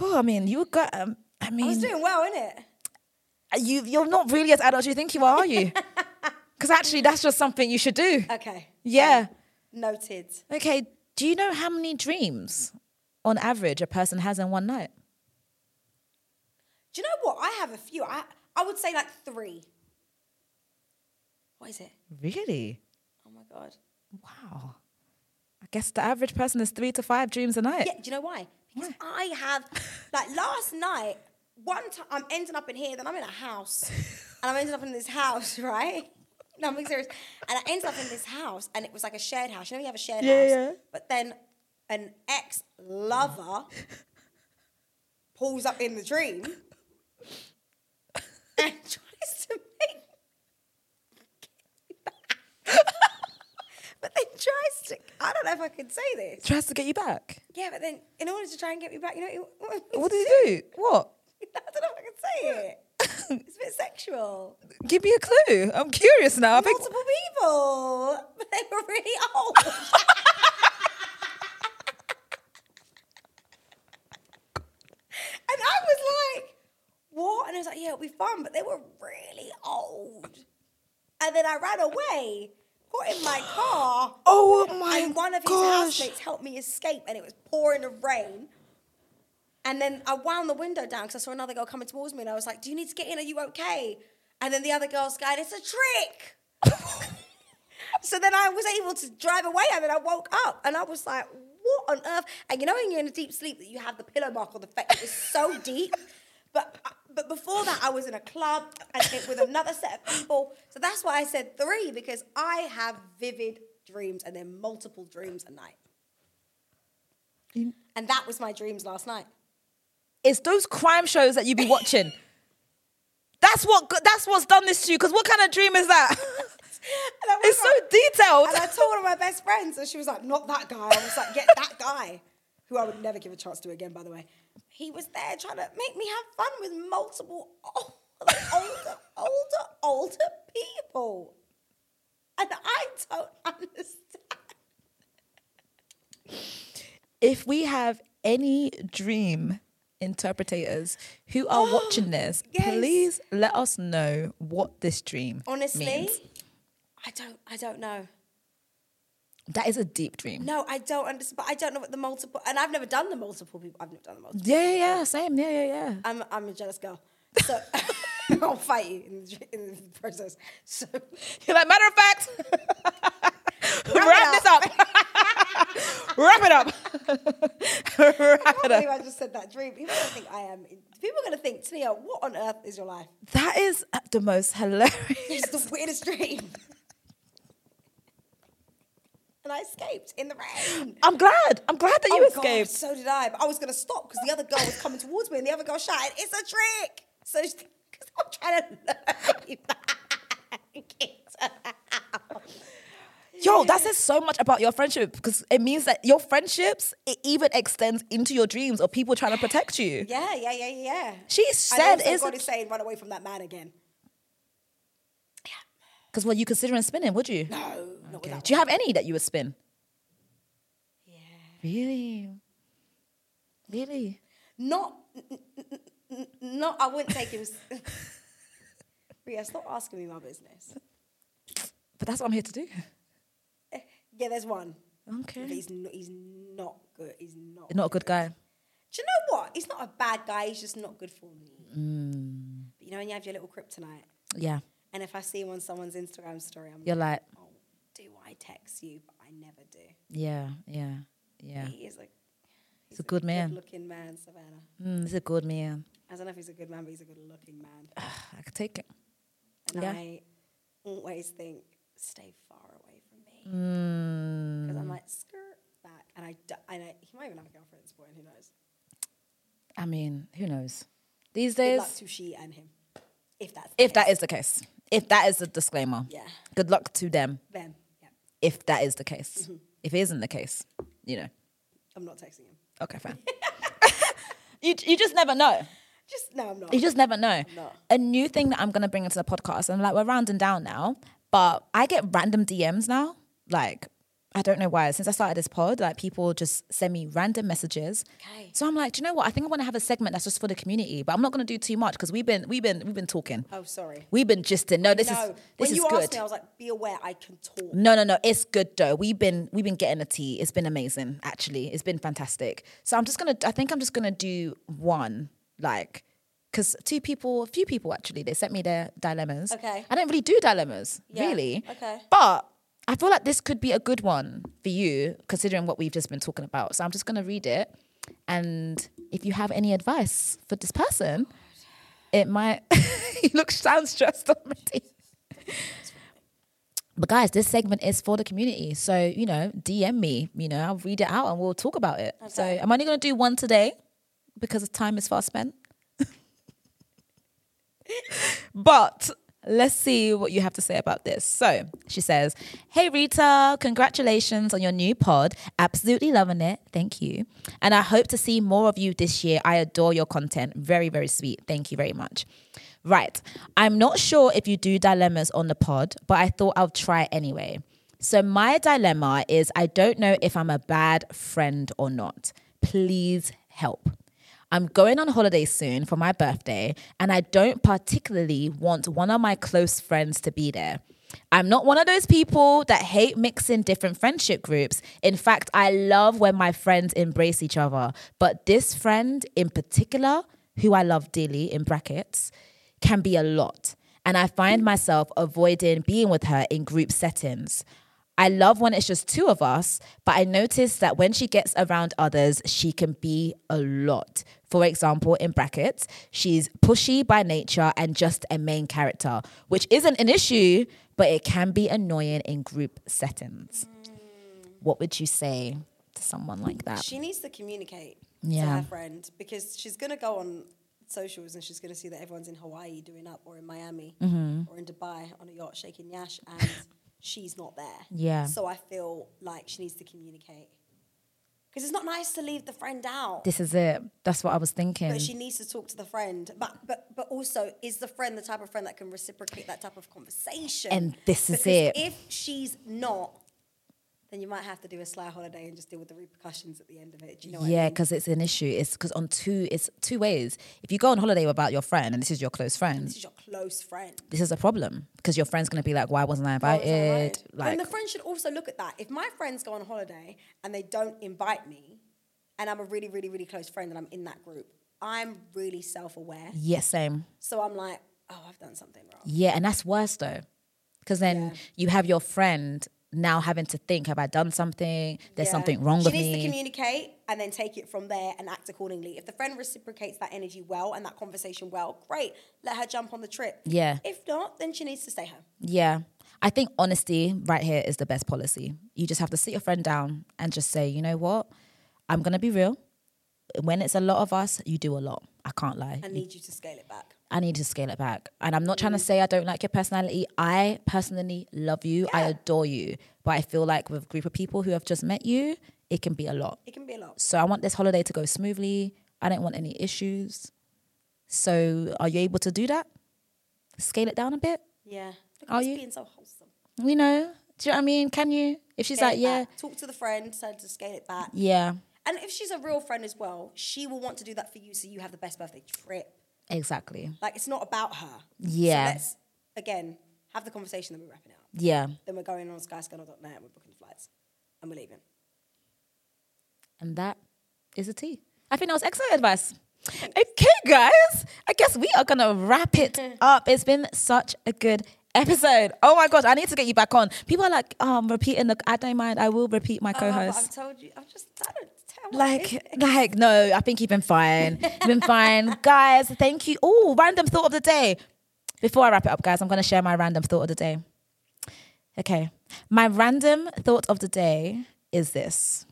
Oh, I mean, you got um, I
I was
mean, uh,
doing well, innit?
you you're not really as adult as you think you are, are you? Cuz actually that's just something you should do.
Okay.
Yeah.
Noted.
Okay, do you know how many dreams on average a person has in one night?
Do you know what? I have a few. I, I would say like three. What is it?
Really?
Oh my God.
Wow. I guess the average person is three to five dreams a night.
Yeah, do you know why? Because I have, like last night, one time I'm ending up in here, then I'm in a house, and I'm ending up in this house, right? No, I'm being serious. And I ended up in this house, and it was like a shared house. You know, you have a shared
Yeah,
house.
yeah.
But then an ex lover pulls up in the dream and tries to make But then tries to, I don't know if I can say this.
Tries to get you back.
Yeah, but then in order to try and get me back, you know, what he-
What do you do? What?
I don't know if I can say it. It's a bit sexual.
Give me a clue. I'm curious now. I think
Multiple people, but they were really old. and I was like, "What?" And I was like, "Yeah, it'll be fun," but they were really old. And then I ran away, got in my car.
Oh my
and one of his
gosh.
housemates helped me escape, and it was pouring a rain. And then I wound the window down because I saw another girl coming towards me, and I was like, "Do you need to get in? Are you okay?" And then the other girl's going, "It's a trick." so then I was able to drive away, and then I woke up, and I was like, "What on earth?" And you know when you're in a deep sleep that you have the pillow mark on the face. It was so deep. But but before that, I was in a club and it, with another set of people. So that's why I said three because I have vivid dreams and then multiple dreams a night. And that was my dreams last night.
it's those crime shows that you be watching. that's what that's what's done this to you. Cause what kind of dream is that?
And I woke
it's so
up-
detailed.
And I told one of my best friends, and she was like, "Not that guy." I was like, "Get that guy," who I would never give a chance to again, by the way. He was there trying to make me have fun with multiple old, older, older, older people, and I don't understand.
if we have any dream interpretators who are watching this,
yes.
please let us know what this dream
Honestly,
means.
I don't. I don't know.
That is a deep dream.
No, I don't understand. But I don't know what the multiple. And I've never done the multiple people. I've never done the multiple.
Yeah, yeah, yeah, same. Yeah, yeah, yeah.
I'm I'm a jealous girl. So I'll fight you in the, in the process. So
You're like, matter of fact, wrap,
it
this up. wrap it up. wrap
I
it
can't
up.
believe I just said that dream. People are gonna think I am. People are gonna think, Tia, what on earth is your life?
That is the most hilarious.
It's the weirdest dream. And I escaped in the rain.
I'm glad. I'm glad that you
Oh, God,
escaped.
so did I. But I was gonna stop because the other girl was coming towards me, and the other girl shouted, "It's a trick!" So because I'm trying to lure you back.
Yo, that says so much about your friendship because it means that your friendships it even extends into your dreams of people trying to protect you.
Yeah, yeah, yeah, yeah.
She
and
said,
also
"Is
God is saying, run away from that man again."
because what you considering spinning? Would you?
No, not with that.
Do you have any that you would spin?
Yeah.
Really, really?
Not, n- n- n- n- not. I wouldn't take him. s- Ria, stop asking me my business.
But that's what I'm here to do.
Eh, Yeah, there's one. But
Okay.
he's not. He's not good. He's not.
Hmm? Not a good guy.
Do you know what? He's not a bad guy. He's just not good for me.
Mm.
But you know when you have your little kryptonite,
Yeah.
and if I see him on someone's Instagram story, I'm
You're
like,
like,
oh, do I text you? But I never do.
yeah, yeah, yeah.
He is like,
He's a good man.
looking man, Savannah.
Mm, he's a good man.
I don't know if he's a good man, but he's a good looking man.
I could take it.
And
Yeah.
I always think, stay far away from
Mm.
me. Because I'm like, skirt that. And I, d- and I, he might even have a girlfriend at this point, who knows?
I mean, who knows? These
Good
days,
luck to she and him. If that's the
if that
case.
is the case, if that is the disclaimer,
Yeah.
good luck to them
them, yeah.
if that is the case. If it isn't the case, you know,
I'm not texting him.
okay, fine. you, you just never know.
Just, no, I'm not.
You just never know.
No.
A new thing that I'm gonna bring into the podcast, and like we're rounding down now, but I get random DMs now. Like, I don't know why. Since I started this pod, like people just send me random messages.
Okay.
So I'm like, do you know what? I think I want to have a segment that's just for the community, but I'm not gonna do too much because we've been we've been we've been talking.
oh, sorry.
We've been gisting. No, this
no,
is this
when
is
you
good.
asked me, I was like, be aware, I can talk.
No, no, no. It's good though. We've been we've been getting a tea. It's been amazing, actually. It's been fantastic. So I'm just gonna. I think I'm just gonna do one, like, because two people, a few people actually, they sent me their dilemmas.
Okay.
I don't really do dilemmas,
Yeah,
really.
okay.
But I feel like this could be a good one for you, considering what we've just been talking about. So I'm just gonna read it, and if you have any advice for this person, it might. you look sound stressed already. But guys, this segment is for the community. So, you know, DM me, you know, I'll read it out and we'll talk about it. So
Okay.
I'm only gonna do one today because the time is fast spent. but let's see what you have to say about this. So she says, Hey Rita, congratulations on your new pod. Absolutely loving it. Thank you. And I hope to see more of you this year. I adore your content. Very, very sweet. Thank you very much. Right. I'm not sure if you do dilemmas on the pod, but I thought I'll try anyway. So my dilemma is I don't know if I'm a bad friend or not. Please help. I'm going on holiday soon for my birthday, and I don't particularly want one of my close friends to be there. I'm not one of those people that hate mixing different friendship groups. In fact, I love when my friends embrace each other. But this friend in particular, who I love dearly, in brackets, can be a lot. And I find myself avoiding being with her in group settings. I love when it's just two of us, but I notice that when she gets around others, she can be a lot. For example, in brackets, she's pushy by nature and just a main character, which isn't an issue, but it can be annoying in group settings. What would you say to someone like that?
She needs to communicate to
Yeah.
her friend because she's going to go on socials and she's going to see that everyone's in Hawaii doing up or in Miami
Mm-hmm.
or in Dubai on a yacht shaking yash and she's not there.
Yeah.
So I feel like she needs to communicate. Because it's not nice to leave the friend out.
This is it. That's what I was thinking.
but she needs to talk to the friend. But but but also, is the friend the type of friend that can reciprocate that type of conversation?
And this is
Because
it.
If she's not, then you might have to do a sly holiday and just deal with the repercussions at the end of it. Do you know? What I
yeah,
mean?
because it's an issue. It's because on two, it's two ways. If you go on holiday without your friend, and this is your close friend,
this is your close friend.
this is a problem because your friend's gonna be like, "Why wasn't I
Why was I
invited?"
invited?
Like,
and the friend should also look at that. If my friends go on holiday and they don't invite me, and I'm a really, really, really close friend, and I'm in that group, I'm really self-aware.
yeah, same.
So I'm like, oh, I've done something wrong.
Yeah, and that's worse though, because then
Yeah.
you have your friend now having to think, "Have I done something? There's
Yeah.
something wrong with
She needs to
me."
communicate and then take it from there and act accordingly. If the friend reciprocates that energy well and that conversation well, great. Let her jump on the trip.
Yeah.
If not, then she needs to stay home.
yeah, I think honesty right here is the best policy. You just have to sit your friend down and just say, "You know what? I'm gonna be real. When it's a lot of us, you do a lot. I can't lie.
I need you to scale it back.
I need to scale it back. And I'm not trying
Mm.
to say I don't like your personality. I personally love you. I
Yeah.
adore you. But I feel like with a group of people who have just met you, it can be a lot.
It can be a lot.
So I want this holiday to go smoothly. I don't want any issues. So are you able to do that? Scale it down a bit?
Yeah. Look
Are
at us
you?
being so wholesome.
You know? Do you know what I mean? Can you? If she's
Scale
like,
it
yeah,
back. Talk to the friend, tell her to scale it back.
yeah,
And if she's a real friend as well, she will want to do that for you so you have the best birthday trip.
exactly.
Like it's not about her.
Yeah.
So let's again have the conversation then we're wrapping it up.
Yeah.
Then we're going on skyscanner.net and we're booking flights. And we're leaving.
And that is a tea. I think that was excellent advice. Okay, guys, I guess we are gonna wrap it up. It's been such a good episode. Oh my gosh, I need to get you back on. People are like, um, repeating the. I don't mind. I will repeat my
Oh, but
co-host.
I've told you. I've just I don't what is
Like,
it?
like, no, I think you've been fine. You've been fine. guys, thank you. Oh, random thought of the day. Before I wrap it up, guys, I'm going to share my random thought of the day. Okay. My random thought of the day is this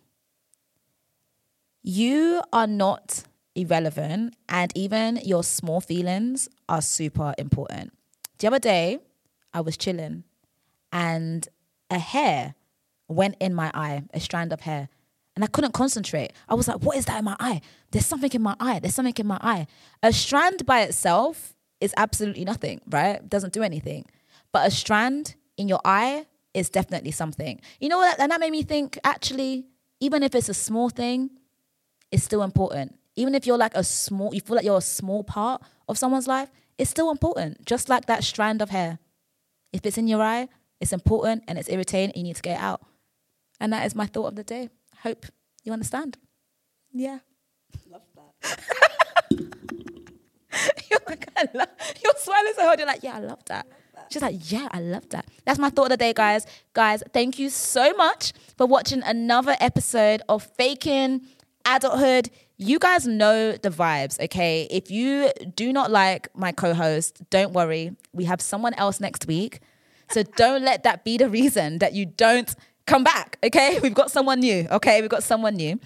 You are not irrelevant, and even your small feelings are super important. The other day, I was chilling and a hair went in my eye, a strand of hair. And I couldn't concentrate. I was like, what is that in my eye? There's something in my eye. There's something in my eye. A strand by itself is absolutely nothing, right? Doesn't do anything. But a strand in your eye is definitely something. You know what? And that made me think actually, even if it's a small thing, it's still important. Even if you're like a small, you feel like you're a small part of someone's life, it's still important. Just like that strand of hair. If it's in your eye, it's important and it's irritating. And you need to get it out. And that is my thought of the day. Hope you understand. Yeah. Love that. you're, like, I love, you're smiling so hard. You're like, yeah, I love that. She's like, yeah, I love that. That's my thought of the day, guys. Guys, thank you so much for watching another episode of Faking Adulthood. You guys know the vibes, okay? If you do not like my co host, don't worry. We have someone else next week. So don't let that be the reason that you don't come back, okay? We've got someone new, okay? We've got someone new.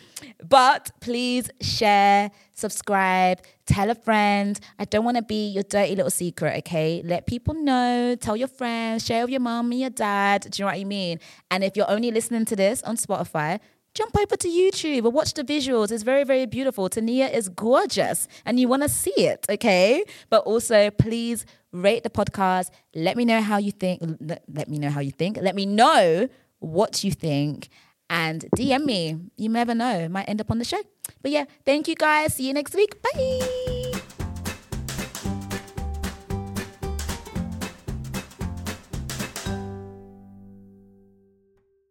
But please share, subscribe, tell a friend. I don't want to be your dirty little secret, okay? Let people know, tell your friends, share with your mom and your dad. Do you know what I mean? And if you're only listening to this on Spotify, Jump over to YouTube or watch the visuals. It's very, very beautiful. Tania is gorgeous and you want to see it, okay? But also, please rate the podcast. Let me know how you think. Let, let me know how you think. Let me know what you think and DM me. You never know. Might end up on the show. But yeah, thank you guys. See you next week. Bye.